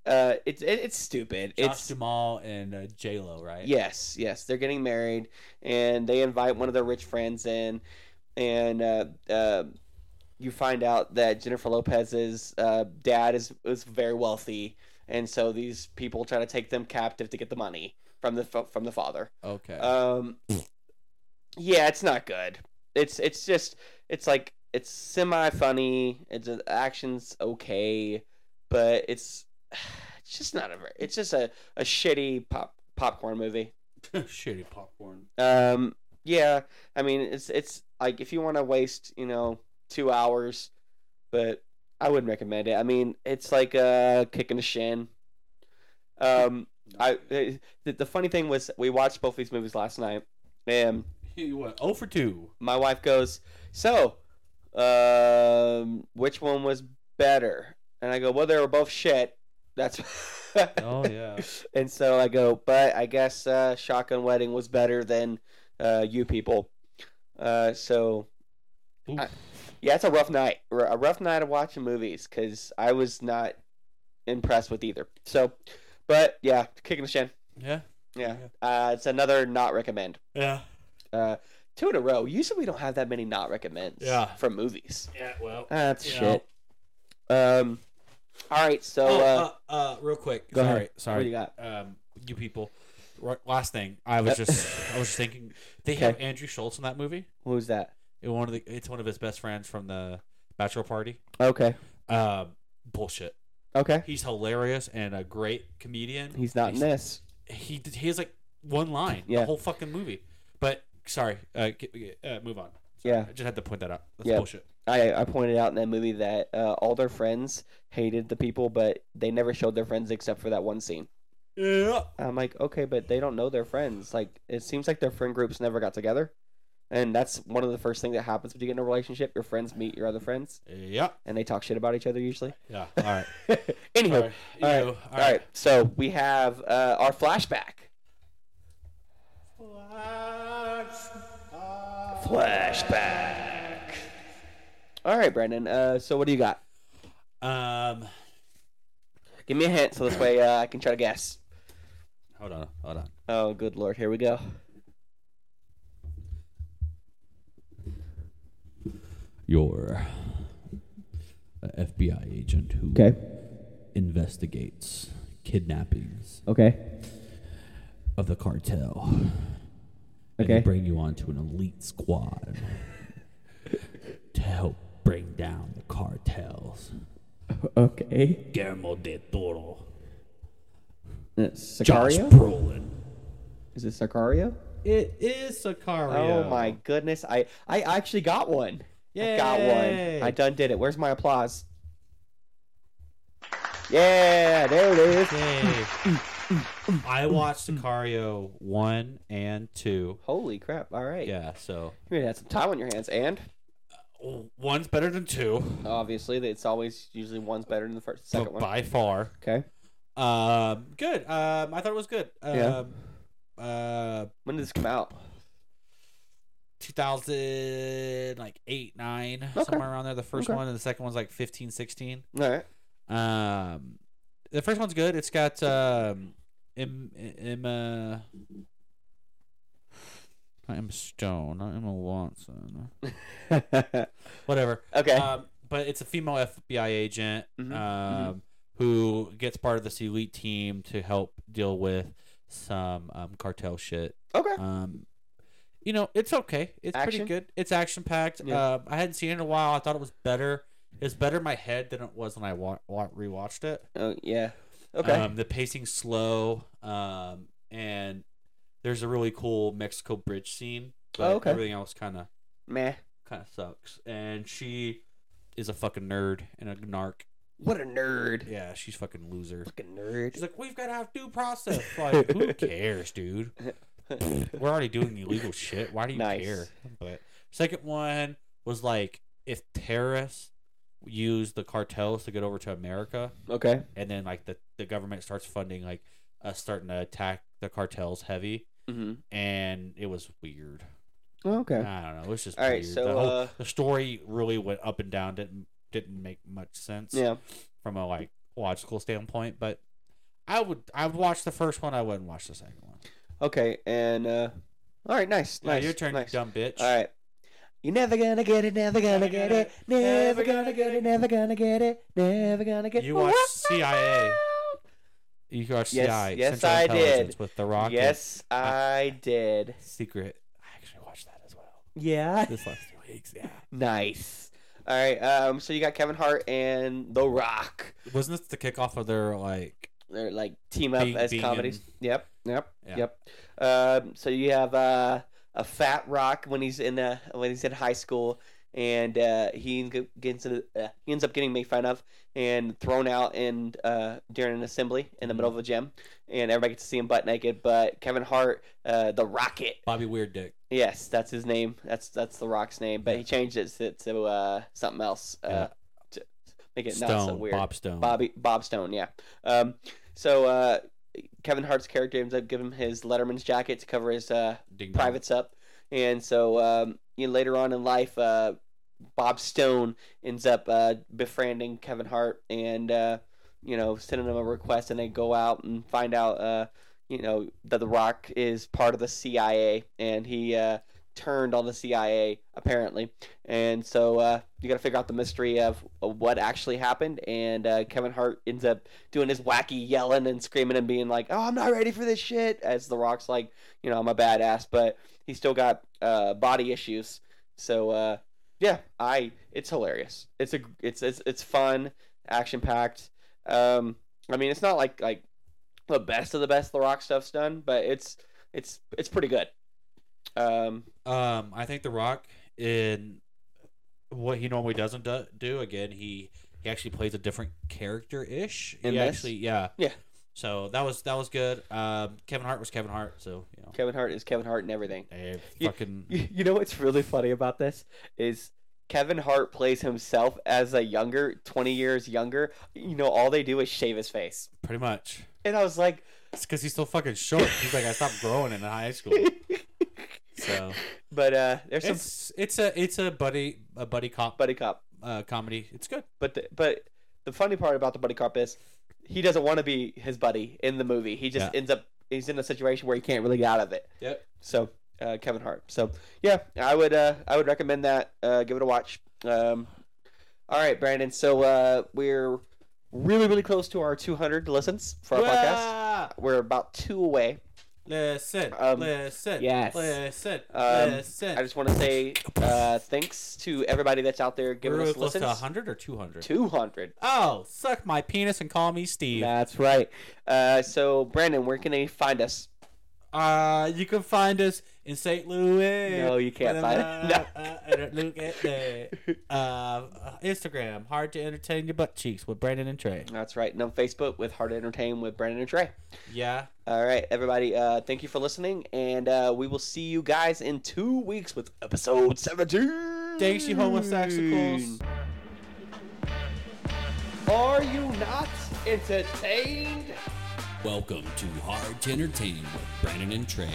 [SPEAKER 1] uh, it's it, it's stupid.
[SPEAKER 3] Josh
[SPEAKER 1] it's
[SPEAKER 3] Duhamel and uh, J Lo, right?
[SPEAKER 1] Yes, yes, they're getting married, and they invite one of their rich friends in, and uh, uh, you find out that Jennifer Lopez's uh, dad is is very wealthy, and so these people try to take them captive to get the money from the fa- from the father.
[SPEAKER 3] Okay.
[SPEAKER 1] Um, yeah, it's not good. It's it's just it's like it's semi funny. It's the action's okay, but it's it's just not a very. It's just a, a shitty pop popcorn movie.
[SPEAKER 3] Shitty popcorn.
[SPEAKER 1] Um, yeah, I mean it's it's like if you want to waste you know two hours, but I wouldn't recommend it. I mean it's like uh kicking the shin. Um, I the, the funny thing was we watched both these movies last night, and
[SPEAKER 3] You went 0 for 2.
[SPEAKER 1] my wife goes, "So, um, which one was better?" And I go, "Well, they were both shit." That's.
[SPEAKER 3] Oh, yeah.
[SPEAKER 1] and so I go, but I guess uh, Shotgun Wedding was better than uh, you people. Uh, so,
[SPEAKER 3] Oof.
[SPEAKER 1] I- yeah, it's a rough night. R- A rough night of watching movies because I was not impressed with either. So, but yeah, kicking the shin.
[SPEAKER 3] Yeah.
[SPEAKER 1] Yeah, Uh, it's another not recommend.
[SPEAKER 3] Yeah.
[SPEAKER 1] Uh, two in a row. Usually we don't have that many not recommends
[SPEAKER 3] Yeah.
[SPEAKER 1] from movies.
[SPEAKER 3] Yeah, well.
[SPEAKER 1] That's
[SPEAKER 3] You
[SPEAKER 1] shit. Um, All right, so
[SPEAKER 3] Oh,
[SPEAKER 1] uh,
[SPEAKER 3] uh, uh, real quick.
[SPEAKER 1] go
[SPEAKER 3] sorry,
[SPEAKER 1] ahead.
[SPEAKER 3] sorry.
[SPEAKER 1] What do you got? Uh,
[SPEAKER 3] Um, you people. Right, last thing, I was just, I was just thinking, they have
[SPEAKER 1] Okay.
[SPEAKER 3] Andrew Schultz in that movie.
[SPEAKER 1] who's that?
[SPEAKER 3] It one of the, it's one of his best friends from the bachelor party.
[SPEAKER 1] Okay,
[SPEAKER 3] Um, bullshit.
[SPEAKER 1] okay,
[SPEAKER 3] He's hilarious and a great comedian.
[SPEAKER 1] he's not in this.
[SPEAKER 3] He did- he has like one line
[SPEAKER 1] Yeah.
[SPEAKER 3] the whole fucking movie. But sorry, uh, get, get- uh move on. Sorry,
[SPEAKER 1] Yeah.
[SPEAKER 3] I just had to point that out. That's
[SPEAKER 1] Yeah.
[SPEAKER 3] bullshit.
[SPEAKER 1] I I pointed out in that movie that uh, all their friends hated the people, but they never showed their friends except for that one scene.
[SPEAKER 3] Yeah.
[SPEAKER 1] I'm like, okay, but they don't know their friends. Like, it seems like their friend groups never got together. And that's one of the first things that happens when you get in a relationship. Your friends meet your other friends,
[SPEAKER 3] Yeah.
[SPEAKER 1] and they talk shit about each other usually.
[SPEAKER 3] Yeah. All right.
[SPEAKER 1] Anywho,
[SPEAKER 3] All right. You,
[SPEAKER 1] All right.
[SPEAKER 3] All
[SPEAKER 1] all right. So we have uh, our flashback. Flashback. All right, Brandon. Uh, so what do you got?
[SPEAKER 3] Um,
[SPEAKER 1] Give me a hint, so this way uh, I can try to guess.
[SPEAKER 3] hold on. Hold on.
[SPEAKER 1] Oh, good lord, here we go.
[SPEAKER 2] Your
[SPEAKER 3] uh,
[SPEAKER 2] FBI agent who investigates kidnappings
[SPEAKER 1] Okay.
[SPEAKER 2] of the cartel. And
[SPEAKER 1] Okay.
[SPEAKER 2] they bring you onto an elite squad to help bring down the cartels.
[SPEAKER 1] Okay. Uh,
[SPEAKER 2] Guillermo de Toro, Josh
[SPEAKER 1] Sicario?
[SPEAKER 2] Brolin.
[SPEAKER 1] Is it Sicario?
[SPEAKER 2] It is Sicario.
[SPEAKER 1] Oh my goodness! I I actually got one. I got one. I done did it. Where's my applause? Yeah, there it is.
[SPEAKER 3] Yay. I watched Sicario one and two.
[SPEAKER 1] Holy crap! All right.
[SPEAKER 3] Yeah, so
[SPEAKER 1] You really had some time on your hands, and
[SPEAKER 3] one's better than two,
[SPEAKER 1] obviously, it's always usually one's better than the first, second
[SPEAKER 3] but
[SPEAKER 1] one.
[SPEAKER 3] by far.
[SPEAKER 1] Okay.
[SPEAKER 3] Um, good. Um, I thought it was good.
[SPEAKER 1] Yeah.
[SPEAKER 3] Um, uh,
[SPEAKER 1] When did this come out?
[SPEAKER 3] 2000 like 8 9
[SPEAKER 1] Okay.
[SPEAKER 3] somewhere around there the first
[SPEAKER 1] Okay.
[SPEAKER 3] one and the second one's like 15 16
[SPEAKER 1] All right.
[SPEAKER 3] um the first one's good it's got um em, emma not emma stone not emma watson whatever
[SPEAKER 1] okay.
[SPEAKER 3] um but it's a female fbi agent
[SPEAKER 1] Mhm,
[SPEAKER 3] um
[SPEAKER 1] Mm-hmm.
[SPEAKER 3] who gets part of this elite team to help deal with some um, cartel shit
[SPEAKER 1] okay.
[SPEAKER 3] um, you know, it's okay. It's
[SPEAKER 1] Action?
[SPEAKER 3] pretty good. It's action packed.
[SPEAKER 1] Yeah.
[SPEAKER 3] Um, I hadn't seen it in a while. I thought it was better. It's better in my head than it was when I wa- wa- rewatched it.
[SPEAKER 1] Oh yeah. Okay.
[SPEAKER 3] Um, the pacing's slow. Um, and there's a really cool Mexico bridge scene. But
[SPEAKER 1] Oh, okay.
[SPEAKER 3] Everything else kind of
[SPEAKER 1] Meh.
[SPEAKER 3] kind of sucks. And she is a fucking nerd and a narc.
[SPEAKER 1] What a nerd.
[SPEAKER 3] Yeah, she's fucking loser.
[SPEAKER 1] Fucking nerd.
[SPEAKER 3] She's like, we've got to have due process. Like, who cares, dude? We're already doing illegal shit. Why do you
[SPEAKER 1] Nice.
[SPEAKER 3] care? But second one was like, if terrorists use the cartels to get over to America,
[SPEAKER 1] okay.
[SPEAKER 3] and then like the, the government starts funding like us starting to attack the cartels heavy,
[SPEAKER 1] Mm-hmm.
[SPEAKER 3] and it was weird.
[SPEAKER 1] Oh, Okay.
[SPEAKER 3] I don't know. It was just
[SPEAKER 1] All right.
[SPEAKER 3] weird. the,
[SPEAKER 1] So
[SPEAKER 3] whole-
[SPEAKER 1] uh,
[SPEAKER 3] the story really went up and down. Didn't didn't make much sense
[SPEAKER 1] yeah.
[SPEAKER 3] from a like logical standpoint, but I would I would watch the first one. I wouldn't watch the second one.
[SPEAKER 1] Okay. And uh, all right. Nice.
[SPEAKER 3] Yeah,
[SPEAKER 1] nice.
[SPEAKER 3] your turn,
[SPEAKER 1] Nice.
[SPEAKER 3] dumb bitch.
[SPEAKER 1] All right. You're never gonna get it, never gonna get it, never gonna get it, never gonna get it, never gonna get it.
[SPEAKER 3] You watch CIA. You watched
[SPEAKER 1] Yes,
[SPEAKER 3] CI.
[SPEAKER 1] yes,
[SPEAKER 3] Central
[SPEAKER 1] I
[SPEAKER 3] Intelligence
[SPEAKER 1] did.
[SPEAKER 3] With the Rock.
[SPEAKER 1] Yes, I did.
[SPEAKER 3] Secret. I actually watched that as well
[SPEAKER 1] Yeah.
[SPEAKER 3] this last few weeks. Yeah.
[SPEAKER 1] Nice. All right. Um. So you got Kevin Hart and The Rock.
[SPEAKER 3] Wasn't this the kickoff of their like?
[SPEAKER 1] They're like team up
[SPEAKER 3] Big
[SPEAKER 1] as
[SPEAKER 3] Bing
[SPEAKER 1] comedies. Yep. Yep.
[SPEAKER 3] Yeah.
[SPEAKER 1] Yep. Um. So you have uh a fat Rock when he's in uh when he's in high school. And uh, he en- gets uh, he ends up getting made fun of and thrown out in uh, during an assembly in
[SPEAKER 3] Mm-hmm.
[SPEAKER 1] the middle of a gym, and everybody gets to see him butt naked. But Kevin Hart, uh, the Rocket,
[SPEAKER 3] Bobby Weird Dick.
[SPEAKER 1] Yes, that's his name. That's that's the Rock's name, but he changed it to, to uh, something else. Uh,
[SPEAKER 3] Yeah.
[SPEAKER 1] to make it not
[SPEAKER 3] Stone.
[SPEAKER 1] so weird.
[SPEAKER 3] Bob Stone.
[SPEAKER 1] Bobby Bob Stone, yeah. Um, so uh, Kevin Hart's character ends up giving him his Letterman's jacket to cover his uh,
[SPEAKER 3] Ding dong.
[SPEAKER 1] privates up, and so um, you know, later on in life, uh, Bob Stone ends up uh, befriending Kevin Hart and uh, you know sending him a request, and they go out and find out uh, you know that The Rock is part of the CIA, and he uh, turned on the CIA apparently, and so uh, you got to figure out the mystery of what actually happened. And uh, Kevin Hart ends up doing his wacky yelling and screaming and being like, "Oh, I'm not ready for this shit." As The Rock's like, you know, I'm a badass, but he's still got uh, body issues. So uh, yeah, I it's hilarious. It's a it's it's it's fun, action packed. Um, I mean, it's not like like the best of the best The Rock stuff's done, but it's it's it's pretty good. Um,
[SPEAKER 3] Um, I think The Rock in what he normally doesn't do, do again, he he actually plays a different character ish.
[SPEAKER 1] In
[SPEAKER 3] He
[SPEAKER 1] this?
[SPEAKER 3] actually, yeah,
[SPEAKER 1] Yeah.
[SPEAKER 3] So that was that was good. Um, Kevin Hart was Kevin Hart, so you know,
[SPEAKER 1] Kevin Hart is Kevin Hart and everything.
[SPEAKER 3] eh,
[SPEAKER 1] You-
[SPEAKER 3] fucking
[SPEAKER 1] You, you know what's really funny about this is Kevin Hart plays himself as a younger, twenty years younger. You know, all they do is shave his face,
[SPEAKER 3] pretty much.
[SPEAKER 1] and I was like,
[SPEAKER 3] It's because he's still fucking short. He's like, I stopped growing in high school. So
[SPEAKER 1] but uh, there's some
[SPEAKER 3] it's it's a it's a buddy a buddy cop
[SPEAKER 1] buddy cop.
[SPEAKER 3] uh, comedy. It's good.
[SPEAKER 1] But the, but the funny part about the buddy cop is he doesn't want to be his buddy in the movie. He just
[SPEAKER 3] Yeah.
[SPEAKER 1] ends up he's in a situation where he can't really get out of it.
[SPEAKER 3] Yep.
[SPEAKER 1] So uh, Kevin Hart. So yeah, I would uh, I would recommend that. Uh, give it a watch. Um, all right, Brandon. So uh, we're really really close to our 200 listens for our podcast. We're about two away.
[SPEAKER 3] Listen,
[SPEAKER 1] Um,
[SPEAKER 3] listen,
[SPEAKER 1] yes.
[SPEAKER 3] listen,
[SPEAKER 1] Um,
[SPEAKER 3] listen.
[SPEAKER 1] I just want to say uh, thanks to everybody that's out there giving
[SPEAKER 3] We're really
[SPEAKER 1] us
[SPEAKER 3] close to
[SPEAKER 1] listens.
[SPEAKER 3] 100 or 200?
[SPEAKER 1] 200.
[SPEAKER 3] Oh, suck my penis and call me Steve.
[SPEAKER 1] That's right. Uh, so Brandon, where can they find us?
[SPEAKER 3] Uh, you can find us in St. Louis.
[SPEAKER 1] No, you can't find it.
[SPEAKER 3] it. Look at that. Uh, Instagram, hard to entertain your butt cheeks with Brandon and Trey.
[SPEAKER 1] That's right. And on Facebook with Hard to Entertain with Brandon and Trey.
[SPEAKER 3] Yeah.
[SPEAKER 1] All right, everybody. Uh, thank you for listening, and uh, we will see you guys in two weeks with episode seventeen.
[SPEAKER 3] Thanks, you homosexuals.
[SPEAKER 1] Are you not entertained?
[SPEAKER 5] Welcome to Hard to Entertain with Brandon and Trey.